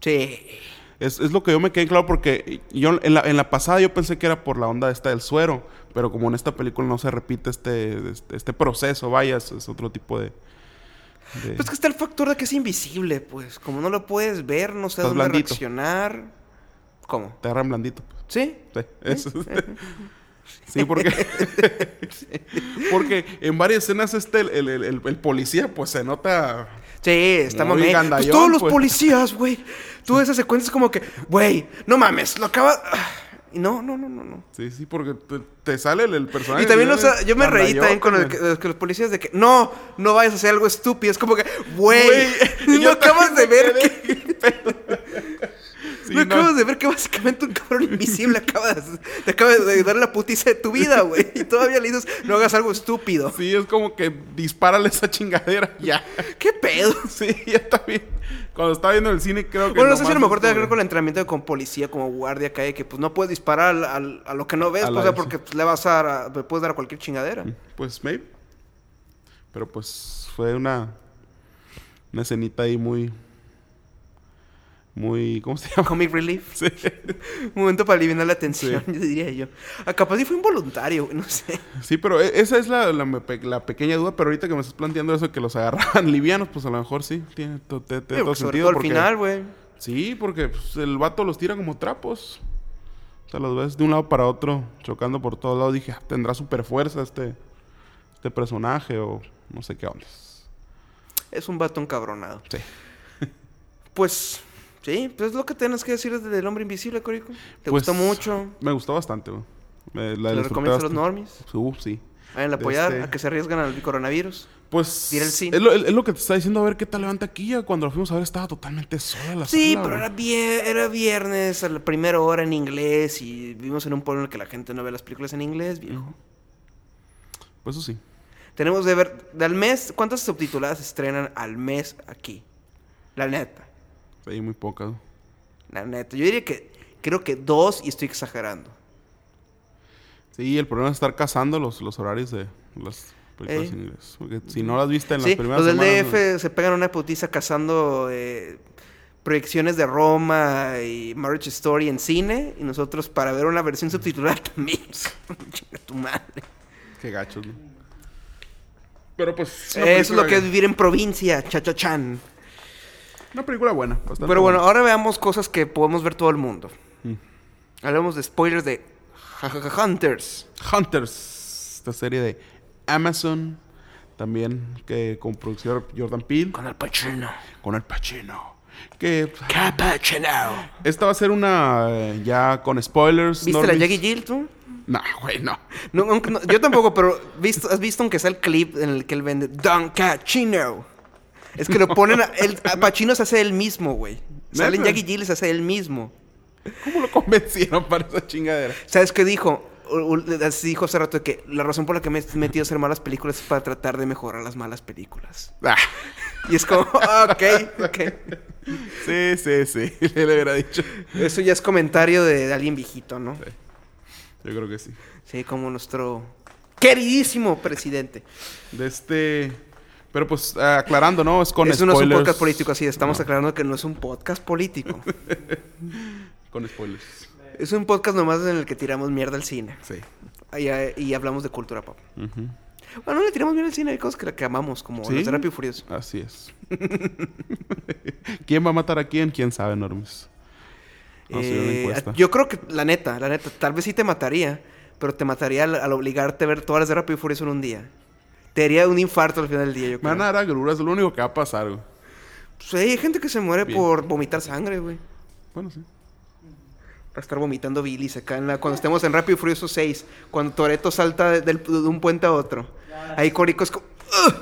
A: Sí.
B: Es, es lo que yo me quedé en claro porque yo en la, en la pasada yo pensé que era por la onda esta del suero, pero como en esta película no se repite este, este, este proceso, vaya, es, es otro tipo de... de-
A: Pues que está el factor de que es invisible, pues. Como no lo puedes ver, no sé
B: Estás
A: dónde
B: blandito.
A: reaccionar. ¿Cómo?
B: te agarran blandito.
A: ¿Sí?
B: Sí, eso. sí porque... porque en varias escenas este, el, el- el- el policía pues se nota...
A: Sí, está
B: Muy
A: mamey.
B: gandallón,
A: Pues todos los
B: pues.
A: policías, güey. Todas esas secuencias como que, güey, no mames, lo acabas... Y No, no, no, no, no.
B: Sí, sí, porque te, te sale el, el personaje.
A: Y también
B: ¿no?
A: los, yo me reí
B: Gandallote,
A: también con el que,
B: man.
A: los que los policías de que no, no vayas a hacer algo estúpido. Es como que, güey,
B: Güey,
A: no
B: yo
A: acabas de
B: también
A: ver
B: me
A: que,
B: quedé, ¿qué pedo? Sí,
A: no acabas de ver que básicamente un cabrón invisible acabas, te acaba de dar la putiza de tu vida, güey. Y todavía le dices, no hagas algo estúpido.
B: Sí, es como que dispárale esa chingadera ya.
A: ¿Qué pedo?
B: Sí, ya también. Cuando estaba viendo el cine, creo que.
A: Bueno, no sé si a lo
B: nomás
A: mejor
B: es
A: tiene que ver con
B: como-
A: el entrenamiento con policía, como guardia calle, que pues no puedes disparar al- al- a lo que no ves,
B: A la
A: pues, o sea,
B: vez,
A: porque pues, le vas a, dar a- puedes dar a cualquier chingadera.
B: Pues, maybe. Pero pues fue una. Una escenita ahí muy. Muy. ¿Cómo se llama?
A: Comic relief,
B: Sí.
A: un momento para aliviar la tensión, yo diría yo. Ah, capaz sí fue involuntario, güey, no sé.
B: Sí, pero e- esa es la, la me- pe- la pequeña duda. Pero ahorita que me estás planteando eso, que los agarraban livianos, pues a lo mejor sí. Tiene to- te- te-
A: Pero,
B: todo
A: pues, sobre
B: sentido.
A: todo al
B: porque-
A: final, güey.
B: Sí, porque pues, el vato los tira como trapos. O sea, los ves de un lado para otro, chocando por todos lados. Dije, "Ah, tendrá super fuerza este, este personaje o no sé qué onda.
A: Es un vato encabronado.
B: Sí.
A: Pues, sí, pues es lo que tienes que decir del hombre invisible, Corico. Te
B: Pues,
A: gustó mucho.
B: Me gustó bastante, güey. Me-
A: Te
B: la
A: lo
B: disfruté
A: recomiendas a los
B: bastante.
A: normies.
B: Uh, sí.
A: Vayan a
B: De
A: apoyar
B: este-
A: a que se arriesgan al coronavirus.
B: Pues
A: Ir al
B: es,
A: cine.
B: lo, es lo que te está diciendo, a ver qué tal levanta aquí. Cuando lo fuimos a ver estaba totalmente sola la
A: Sí,
B: sala,
A: pero
B: güey.
A: era, vie- era viernes a la primera hora en inglés y vivimos en un pueblo en el que la gente no ve las películas en inglés, viejo.
B: Pues eso sí.
A: Tenemos de ver, de al mes, ¿cuántas subtituladas se estrenan al mes aquí? La neta,
B: Sí, muy poca. güey.
A: la neta. Yo diría que, creo que dos y estoy exagerando.
B: Sí, el problema es estar cazando los, los horarios de las películas
A: Ey.
B: en inglés. Porque si no las viste en las
A: Sí,
B: primeras
A: los del
B: semanas,
A: DF se pegan una putiza cazando eh, proyecciones de Roma y Marriage Story en cine y nosotros para ver una versión subtitulada también. Chinga tu madre.
B: pues, Qué gachos, ¿no? Pero pues. es una
A: Eh, Eso es lo
B: película
A: que es vivir en provincia, chachachan.
B: Una película buena. Bastante
A: Pero bueno,
B: buena.
A: ahora veamos cosas que podemos ver todo el mundo. Hablamos de spoilers de Hunters.
B: Hunters. Esta serie de Amazon. También que con productor Jordan Peele.
A: Con el Pacino.
B: Con el Pacino. Que.
A: Capacino.
B: Esta va a ser una. eh, Ya con spoilers.
A: ¿Viste la
B: normis.
A: Jackie Jill tú?
B: No, güey, no.
A: No, aunque no- yo tampoco, pero visto- has visto aunque sea el clip en el que él vende Don Cachino. Es que lo ponen a, el, a Pacino se hace él mismo, güey. Sale en
B: ¿Neta?
A: Jackie Jill y se hace él mismo.
B: ¿Cómo lo convencieron para esa chingadera?
A: ¿Sabes qué dijo? U- u- así dijo hace rato que la razón por la que me he metido a hacer malas películas es para tratar de mejorar las malas películas.
B: Ah,
A: Y es como, ok, ok.
B: sí, sí, sí. Le hubiera dicho.
A: Eso ya es comentario de, de alguien viejito, ¿no?
B: Yo creo que sí.
A: Sí, como nuestro queridísimo presidente.
B: De este. Pero pues ah, aclarando, ¿no? Es con
A: Eso no
B: spoilers.
A: es un podcast político, así estamos aclarando que no es un podcast político.
B: Con spoilers.
A: Es un podcast nomás en el que tiramos mierda al cine.
B: Sí.
A: Y, eh, y hablamos de cultura pop.
B: Ujú.
A: Bueno, no le tiramos mierda al cine, hay cosas que, la que amamos, como
B: Sí.
A: los de Rápido y Furioso.
B: Así es. ¿Quién va a matar a quién? ¿Quién sabe, Normis? Vamos a hacer Ah, una
A: Eh,
B: encuesta.
A: yo creo que, la neta, la neta, tal vez sí te mataría, pero te mataría al, al obligarte a ver todas las de Rápido y Furioso en un día. Te haría un infarto al final del día, yo
B: Me
A: creo.
B: van a dar agruras, es lo único que va a pasar, güey.
A: Sí, hay gente que se muere
B: Bien.
A: por vomitar sangre, güey.
B: Bueno, sí.
A: Va a estar vomitando bilis acá en la- cuando estemos en Rápido y Furioso 6. Cuando Toreto salta de, del- de un puente a otro. Ahí Corico es como. "Ugh".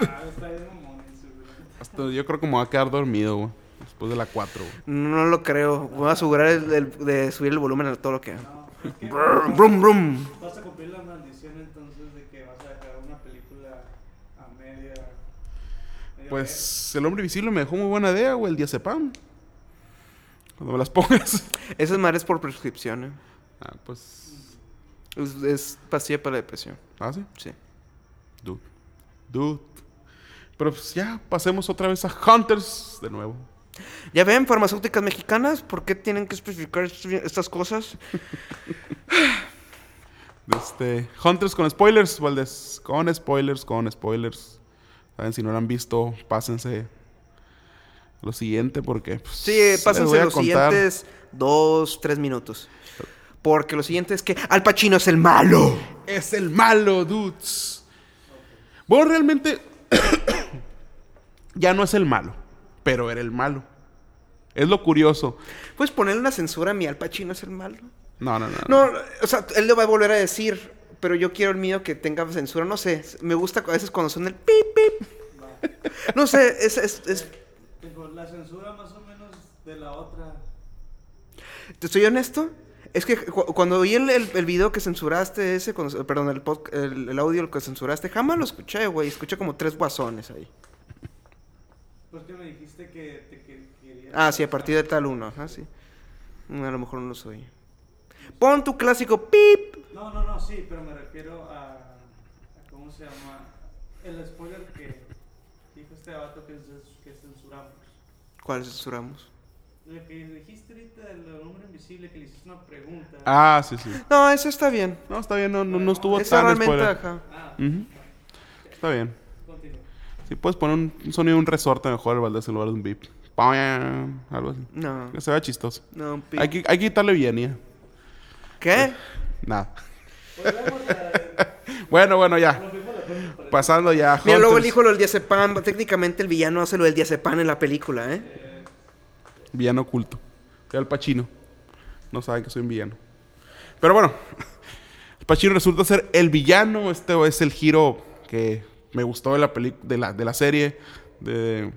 D: Ah, está bien mamón eso, güey.
B: Hasta yo creo que me voy a quedar dormido, güey. Después de la 4, güey.
A: No lo creo. Voy a asegurar el- el- de subir el volumen a todo lo que.
D: No, es que
A: Brum, brum, brum.
D: vas a cumplir la maldición entonces de que vas a dejar una película a media. media
B: Pues el hombre invisible me dejó muy buena idea, güey. El diazepam. Cuando me las pongas.
A: Esas madres por prescripción, ¿eh?
B: Ah, pues.
A: Es, es pastilla para la depresión.
B: Ah, sí.
A: Sí.
B: Dude. Dude. Pero pues ya, pasemos otra vez a Hunters de nuevo.
A: Ya ven, farmacéuticas mexicanas, ¿por qué tienen que especificar est- estas cosas?
B: Este, Hunters con spoilers, Valdés. Con spoilers, con spoilers. Saben, si no lo han visto, pásense lo siguiente porque... pues,
A: Sí,
B: les voy
A: pásense
B: a
A: los
B: contar.
A: siguientes dos, tres minutos. Porque lo siguiente es que Al Pacino es el malo.
B: Es el malo, dudes. Bueno, realmente ya no es el malo, pero era el malo. Es lo curioso.
A: Pues ponerle una censura a mi Al Pacino es el malo.
B: No, no, no. no.
A: No, o sea, él lo va a volver a decir, pero yo quiero el mío que tenga censura. No sé, me gusta a veces cuando son el pip, pip. No sé, es, es- es-
D: Pues con la censura más o menos de la otra.
A: te soy honesto. Es que cu- cuando vi el, el- el video que censuraste ese, cuando- perdón, el, pod- el, el audio que censuraste, jamás lo escuché, güey. Escuché como tres guasones ahí.
D: Pues que me dijiste que te que- querías.
A: Ah, sí, a partir de tal uno, ajá, sí. Mm, A lo mejor no lo soy. Pon tu clásico pip.
D: No, no, no, sí, pero me refiero a. a ¿Cómo se llama? El spoiler que dijo este vato que, cens- que censuramos.
A: ¿Cuál censuramos?
D: Lo que dijiste ahorita del hombre invisible que le hiciste una pregunta.
B: Ah, sí, sí.
A: No, eso está bien.
B: No, está bien, no, no, no estuvo
A: Eso
B: tan
A: realmente,
B: spoiler.
A: ajá.
D: Ah,
B: Ujú. Está bien.
D: continúa.
B: Si puedes poner un, un sonido de un resorte mejor, Valdés, en lugar de un beep. Pam, Algo así.
A: No,
B: Que se vea chistoso.
A: no, pip.
B: Hay que, hay que quitarle Vienia.
A: ¿Qué?
B: Nada.
D: Volvemos a.
B: Bueno, bueno, ya.
D: Nos vimos la pregunta. para-
B: Pasando ya a
A: Mira, luego
B: Hunters.
A: elijo lo del diazepam. Técnicamente el villano hace lo del diazepam en la película, ¿eh?
D: eh,
B: Villano oculto. Soy Al Pacino. No saben que soy un villano. Pero bueno, Al Pacino resulta ser el villano. Este es el giro que me gustó de la, peli- de la, de la serie. De-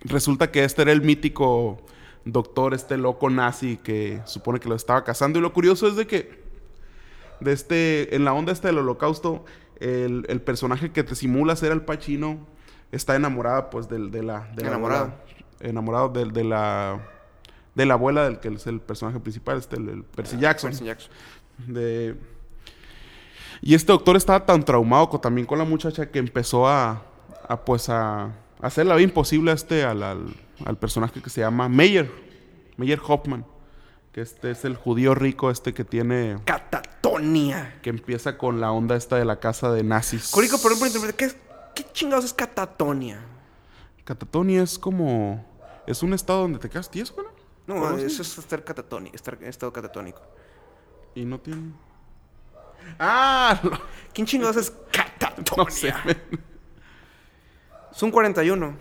B: resulta que este era el mítico doctor, este loco nazi que supone que lo estaba cazando. Y lo curioso es de que de este, en la onda esta del holocausto, el, el personaje que te simula ser Al Pacino está enamorada pues del- de, la... de la
A: Enamorado.
B: abuela- enamorado de, de la... De la abuela del que es el personaje principal, este, el, el
A: Ah,
B: Percy Jackson. De... Y este doctor estaba tan traumado co- también con la muchacha que empezó a, a, pues a, a hacer la vida imposible a este, al, al- al personaje que se llama Meyer, Meyer Hoffman, que este es el judío rico este que tiene,
A: Catatonia.
B: que empieza con la onda esta de la casa de nazis.
A: Corico, por ejemplo, interpreta- ¿qué, es- ¿qué chingados es catatonia?
B: Catatonia es como, es un estado donde te quedas tieso, ¿no?
A: No,
B: ¿Algo así?
A: eso es estar catatónico, estar en estado catatónico.
B: Y no tiene... Ah,
A: ¿Quién chingados es
B: no,
A: catatonia?
B: no sé.
A: Son 41.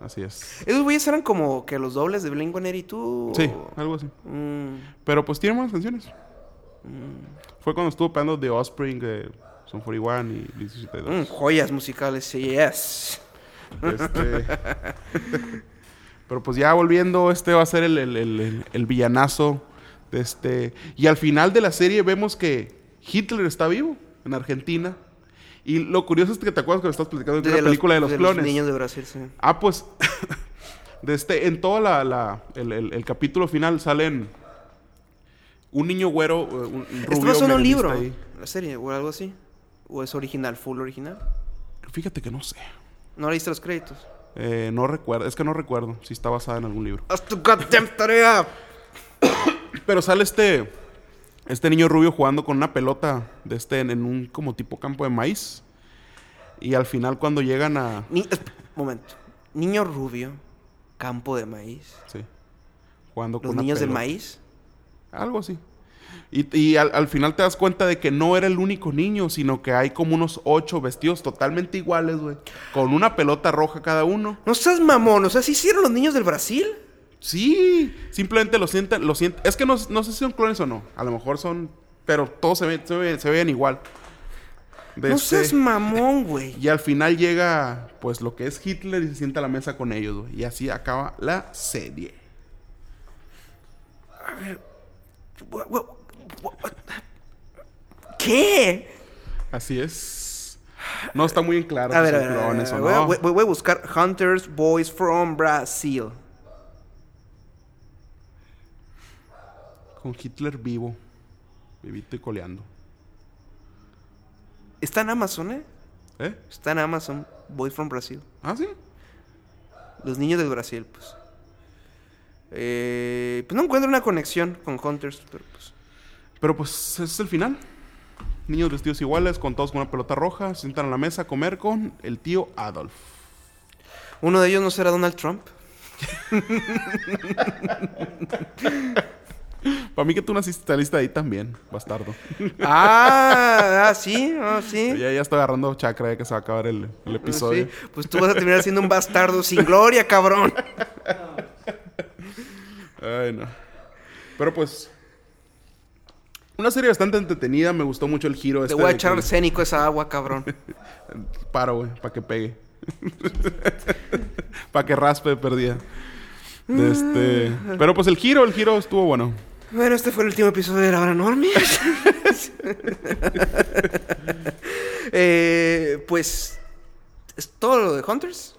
B: Así es.
A: Esos güeyes eran como que los dobles de Blink-182.
B: Sí, algo así.
A: Mm,
B: Pero pues tiene buenas canciones. Fue cuando estuvo pegando The Offspring, eh, Son 41 y Blink
A: mm,
B: 182.
A: joyas musicales, sí, yes.
B: Este, pero pues ya volviendo, este va a ser el, el- el- el- el villanazo. De este, y al final de la serie vemos que Hitler está vivo en Argentina. Y lo curioso es que te acuerdas que me estás platicando de,
A: De
B: la
A: los-
B: película de los clones.
A: niños de Brasil, sí.
B: Ah, pues. de este, en todo la, la- el, el- el capítulo final salen un niño güero, eh, un un rubio.
A: Esto basado en un
B: menemista
A: libro,
B: ahí.
A: la serie, o algo así. O es original, full original.
B: Fíjate que no sé.
A: No leíste los créditos.
B: Eh, no recuerdo, es que no recuerdo si está basada en algún libro.
A: ¡Haz tu goddamn tarea!
B: Pero sale este este niño rubio jugando con una pelota de este en, en un como tipo campo de maíz. Y al final cuando llegan a
A: Ni- esp- Momento. Niño rubio, campo de maíz.
B: sí, jugando con
A: Los
B: una
A: niños del
B: pelota.
A: maíz.
B: Algo así. Y, y al, al final te das cuenta de que no era el único niño, sino que hay como unos ocho vestidos totalmente iguales, güey. Con una pelota roja cada uno.
A: No seas mamón, o sea, ¿sí hicieron los niños del Brasil?
B: Sí, simplemente lo sienten, lo sienten. Es que no, no sé si son clones o no. A lo mejor son, pero todos se ven, se ven, se ven igual. De
A: No
B: este-
A: seas mamón, güey.
B: y al final llega, pues, lo que es Hitler y se sienta a la mesa con ellos, güey. Y así acaba la serie.
A: Wha- wha- wha- ¿Qué?
B: Así es. No está muy en claro
A: A
B: si
A: ver, a
B: son
A: ver, a ver,
B: clones
A: a
B: o
A: ver,
B: no.
A: voy, a- voy- voy a buscar Hunters Boys from Brazil.
B: Con Hitler vivo. Vivito y coleando.
A: Está en Amazon, ¿eh?
B: ¿Eh?
A: Está en Amazon Boys from Brazil.
B: ¿Ah, sí?
A: Los niños del Brasil, pues. Eh, pues no encuentro una conexión con Hunters, pero pues.
B: Pero pues ese es el final. Niños vestidos iguales, con todos con una pelota roja, se sientan a la mesa a comer con el tío Adolf.
A: Uno de ellos no será Donald Trump.
B: Para mí que tú naciste lista ahí también, bastardo.
A: Ah, ah, sí, ah, sí.
B: ya, ya está agarrando chakra ya que se va a acabar el, el
A: Ah,
B: episodio.
A: sí. Pues tú vas a terminar siendo un bastardo sin gloria, cabrón.
B: Ay, no. Pero pues... Una serie bastante entretenida, me gustó mucho el giro.
A: Te
B: este
A: voy a
B: de
A: echar
B: que-
A: arsénico a esa agua, cabrón.
B: Paro, güey, para que pegue. para que raspe de perdida. De Este... Pero pues el giro, el giro estuvo bueno.
A: Bueno, este fue el último episodio de La Hora Normie. Eh, pues, ¿es todo lo de Hunters?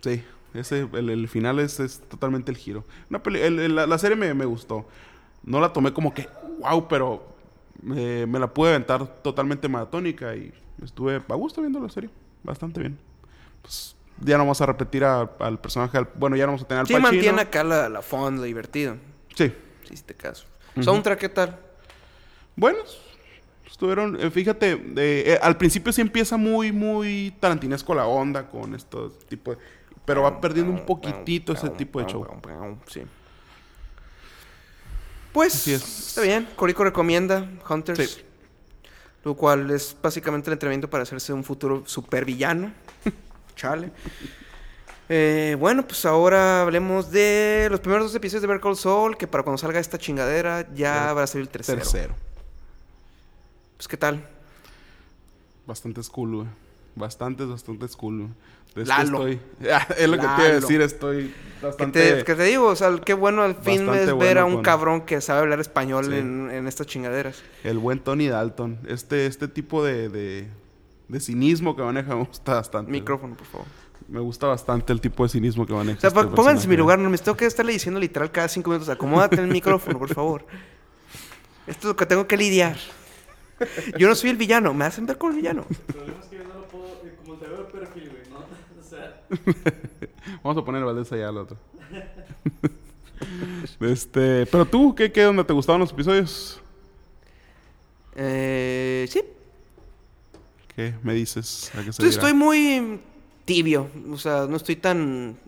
B: Sí, ese, el, el final es, es totalmente el giro. Una peli- el- el- la, la serie me, me gustó. No la tomé como que, wow, pero eh, me la pude aventar totalmente maratónica y estuve a gusto viendo la serie. Bastante bien. Pues ya no vamos a repetir a- al personaje. al- bueno, ya no vamos a tener al
A: Sí,
B: Pacino.
A: mantiene acá la, la font, lo divertido.
B: Sí.
A: Si hiciste caso. Soundtrack, ¿qué tal?
B: Buenos. Estuvieron, eh, fíjate, eh, eh, al principio sí empieza muy, muy tarantinesco la onda con estos tipos. de- Pero va perdiendo un poquitito ese tipo de show.
A: Sí. Pues,
B: Así es.
A: está bien. Corico recomienda Hunters.
B: Sí.
A: Lo cual es básicamente el entrenamiento para hacerse un futuro supervillano. Chale. Eh, bueno, pues ahora hablemos de los primeros dos episodios de Better Call Saul, que para cuando salga esta chingadera ya
B: Ya,
A: va a salir el tercero.
B: Tercero.
A: Pues, ¿qué tal?
B: Bastante cool, güey. Bastantes, bastantes cool, güey. De este
A: Lalo.
B: estoy. es lo que te iba a
A: Lalo.
B: decir, estoy
A: ¿Qué
B: bastante.
A: te, qué te digo? O sea, qué bueno al fin
B: Bastante
A: es ver a
B: bueno
A: un
B: con-
A: cabrón que sabe hablar español
B: Sí.
A: en, en estas chingaderas.
B: El buen Tony Dalton. Este, este tipo de, de, de cinismo que maneja me gusta bastante. güey.
A: Micrófono, por favor.
B: Me gusta bastante el tipo de cinismo que maneja.
A: O sea,
B: este
A: pa- pónganse en mi
B: personaje.
A: lugar, no me tengo que estarle diciendo literal cada cinco minutos, acomódate en el micrófono, por favor. Esto es lo que tengo que lidiar. Yo no soy el villano, me hacen ver como el villano.
D: El problema es que yo no lo puedo, eh, como te veo el perfil, güey, ¿no? O sea,
B: Vamos a poner a Valdés allá al otro. este, pero tú, ¿qué, qué onda? ¿Te gustaban los episodios?
A: Eh, sí,
B: ¿Qué me dices? ¿A qué se
A: Entonces
B: dirá?
A: Pues estoy muy tibio, o sea, no estoy tan...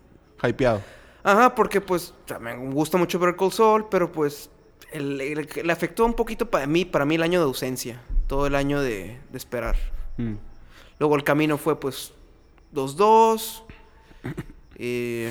B: Hypeado.
A: Ajá, porque pues o sea, me gusta mucho ver Cold Soul, pero pues el- el- le afectó un poquito para mí, para mí el año de ausencia, todo el año de, de esperar.
B: Mm.
A: Luego el camino fue pues 2-2. Eh,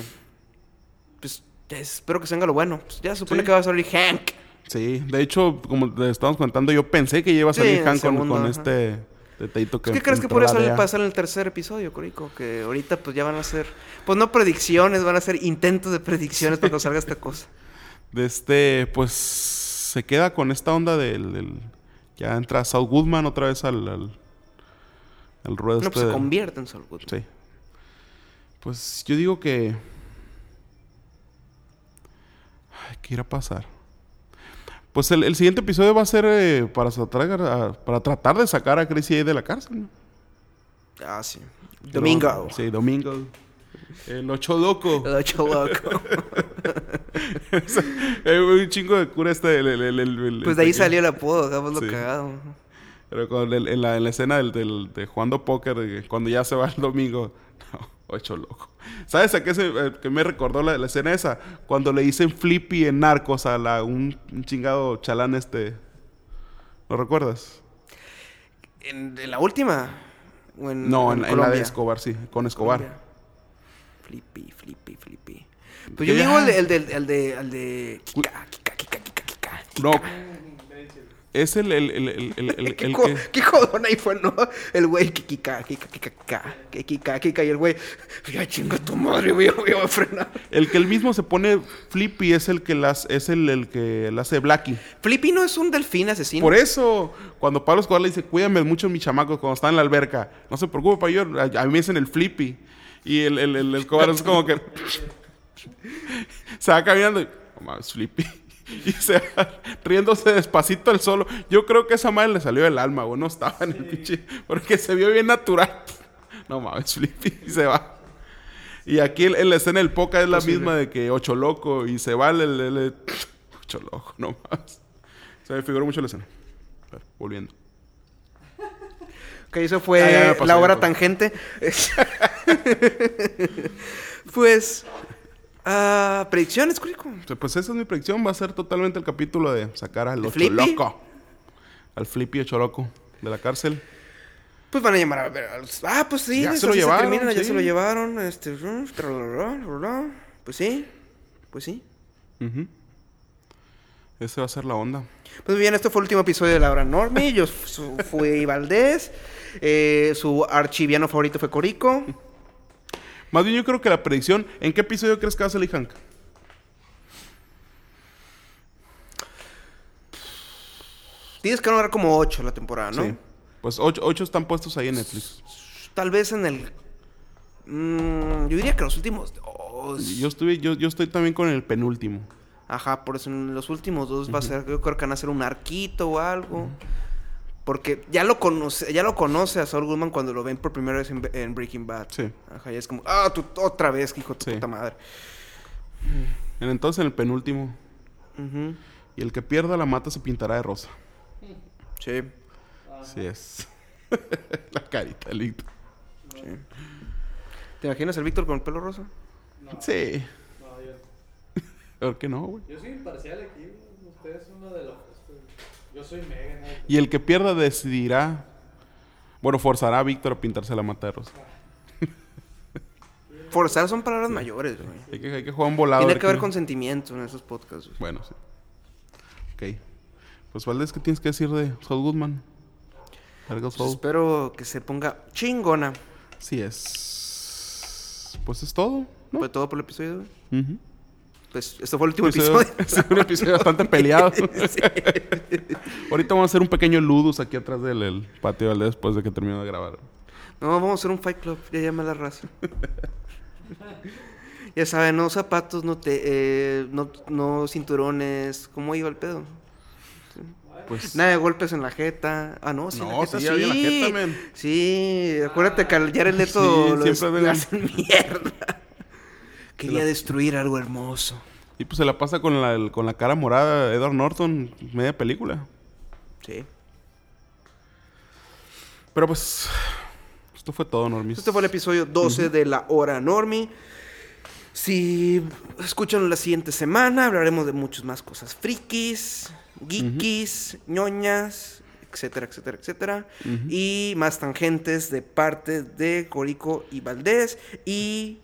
A: pues ya espero que salga lo bueno. Pues, ya se supone
B: Sí.
A: que va a salir Hank. Pues,
B: Sí, de hecho, como te estábamos contando, yo pensé que ya iba a
A: Sí,
B: salir Hank
A: el
B: con,
A: segundo,
B: con
A: ajá.
B: este detallito que.
A: Pues, ¿Qué crees que
B: entró
A: podría
B: la
A: salir,
B: DEA.
A: pasar en el tercer episodio, Corico? Que ahorita pues ya van a ser, pues no predicciones, van a ser intentos de predicciones cuando salga esta cosa.
B: De este, pues se queda con esta onda del. del- ya entra Saul Goodman otra vez al. al, al ruedo
A: No,
B: este
A: pues se
B: del-
A: convierte en Saul Goodman.
B: Sí. Pues yo digo que. Ay, ¿Qué irá a pasar? Pues el, el siguiente episodio va a ser eh, para, sacar a- para tratar de sacar a Chris de la cárcel. ¿no?
A: Ah, sí. Domingo.
B: Sí, Domingo. El ocho loco.
A: El ocho loco.
B: Eh, un chingo de cura este. el- el- el- el- el-
A: Pues de ahí
B: el-
A: salió el apodo, hagámoslo
B: Sí.
A: cagado.
B: Pero con el- en, la, en la escena del, del- de jugando póker, eh, cuando ya se va el domingo, no, ocho loco. ¿Sabes a qué, se, eh, que me recordó la, la escena esa? Cuando le dicen flippy en narcos a la, un, un chingado chalán este. ¿Lo recuerdas?
A: ¿En, en la última? ¿O Mm, en,
B: No, en, en la de
A: Colombia?
B: Escobar, sí, con Escobar.
A: Colombia. Flippy, flippy, flippy. Pues yo
B: Ya.
A: digo el de, el de, el de, el de Kika, Kika, Kika, Kika, Kika.
B: No,
D: De hecho,
B: es el, el, el, el, el, el-
A: Ah, ¿Qué,
B: el
A: co-
B: que-
A: qué jodón ahí fue, ¿no? El güey, que Kika, Kika, Kika, Kika, que Kika, Kika, y el güey, ya chinga tu madre, güey, voy a frenar.
B: el que él mismo se pone flippy es el que las, es el, el que la hace Blackie.
A: Filipino es un delfín asesino.
B: Por eso, cuando Pablo Escobar le dice, cuídame mucho mi chamaco cuando está en la alberca, no se preocupe, pa, yo, a, a mí me dicen el flippy. Y el, el, el- el Escobar es como que. se va caminando y. "No mames, flippy. Y se va riéndose despacito al solo. Yo creo que esa madre le salió del alma, güey. No estaba en el pinche. Porque se vio bien natural. No mames, flippy. Y se va. Y aquí el, el escena del poca es la
A: Posible.
B: misma de que Ocho Loco y se va el, el- el- Ocho Loco, no más. Se me figuró mucho la escena. Pero, volviendo.
A: Que eso fue
B: Ah, ya me pasé,
A: la
B: ya me
A: hora
B: pasé.
A: tangente. pues, ah, predicciones, Curico.
B: O sea, Pues esa es mi predicción. Va a ser totalmente el capítulo de sacar al
A: ¿El
B: Ocho
A: Flippy?
B: Loco. Al Flippy Ocho Loco de la cárcel.
A: Pues van a llamar a ver. a los- Ah, pues sí,
B: Ya se
A: así
B: lo llevaron,
A: termina, ya
B: sí.
A: se lo llevaron. Este, rum, tra, la, la, la, la, la. pues sí, pues sí.
B: Ujú. Esa va a ser la onda.
A: Pues bien, este fue el último episodio de La Hora Normi. Yo su- fui Valdés. Eh, su archiviano favorito fue Corico.
B: Más bien yo creo que la predicción... ¿En qué episodio crees que va a salir Hank?
A: Dices que van a haber como 8 la temporada, ¿no?
B: Sí. Pues ocho, ocho están puestos ahí en Netflix.
A: Tal vez en el. mm, yo diría que los últimos dos.
B: Yo, estuve, yo, yo estoy también con el penúltimo.
A: Ajá, por eso en los últimos dos va a ser, yo creo que van a hacer un arquito o algo. Porque ya lo conoce, ya lo conoce a Saul Goodman cuando lo ven por primera vez en, en Breaking Bad.
B: Sí.
A: Ajá, y es como, ah, tú otra vez, hijo de tu
B: Sí.
A: puta madre.
B: En- Entonces en el penúltimo.
A: Ujú,
B: Y el que pierda la mata se pintará de rosa.
A: Sí,
B: Así es. la carita del Víctor.
A: sí. ¿Te imaginas el Víctor con el pelo rosa?
D: No,
B: Sí.
D: no, yo,
B: ¿Por qué no, güey?
D: yo soy imparcial aquí. güey. Ustedes son los de los. Yo soy mega. ¿no?
B: Y el que pierda decidirá. Bueno, forzará a Víctor a pintarse la mata de rosa.
A: Forzar son palabras mayores, güey.
B: Hay que, hay que jugar un volado. a
A: Tiene
B: ver
A: que ver
B: quién-
A: con sentimientos en esos podcasts, güey.
B: Bueno, sí. Ok. Pues, Valdés, ¿qué tienes que decir de Saul Goodman? Largo
A: Pues
B: Saul.
A: espero que se ponga chingona.
B: Sí es. Pues es todo, ¿no?
A: Fue todo por el episodio, güey.
B: Ujú.
A: Pues, esto fue el último episodio.
B: Es un episodio bastante peleado. Ahorita vamos a hacer un pequeño ludus aquí atrás del el patio de Valdés después de que termine de grabar.
A: No, vamos a hacer un Fight Club, ya llama la raza. ya saben, no zapatos, no, te, eh, no, no cinturones, ¿cómo iba el pedo?
B: Pues
A: Nada de golpes en la jeta. Ah, no, sí, en
B: No,
A: la jeta,
B: sí,
A: sí.
B: había en la jeta, men.
A: Sí, acuérdate que al Jared Leto
B: Sí,
A: lo,
B: siempre
A: des- lo
B: ven-
A: hacen mierda. Quería destruir algo hermoso.
B: y pues se la pasa con la, el- con la cara morada de Edward Norton, media película.
A: Sí.
B: Pero pues esto fue todo, Normis.
A: Este fue el episodio 12 de La Hora Normi. Si escuchan la siguiente semana, hablaremos de muchas más cosas frikis, geekis, ñoñas, etcétera, etcétera, etcétera. Y más tangentes de parte de Corico y Valdés y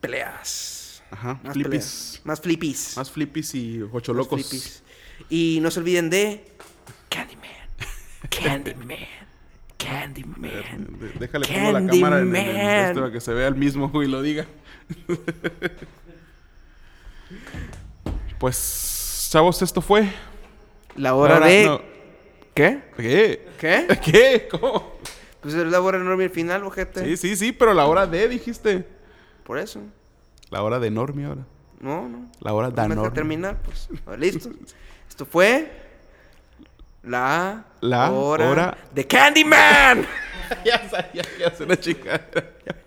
A: peleas.
B: Ajá,
A: Más
B: flippies.
A: peleas. Más flippies.
B: Más flippies y ocho
A: Más
B: locos.
A: flippies. Y no se olviden de Candyman. Candyman. Candyman.
B: De- Déjale pongo la cámara en, en- en
A: Candyman.
B: esto para que se vea el mismo y lo diga. pues, chavos, esto fue.
A: La hora
B: Ahora,
A: de...
B: no.
A: ¿Qué?
B: ¿Qué?
A: ¿Qué?
B: ¿Qué? ¿Cómo?
A: Pues es la hora enorme al final, ojete.
B: Sí, sí, sí, pero la hora de, dijiste.
A: Por eso.
B: La hora de enorme ahora.
A: No, no.
B: La hora de
A: No me deja
B: enorme.
A: terminar, pues. Ah, Listo. Esto fue. La.
B: La hora-
A: de Candyman.
B: ya sabía que hacer una chica.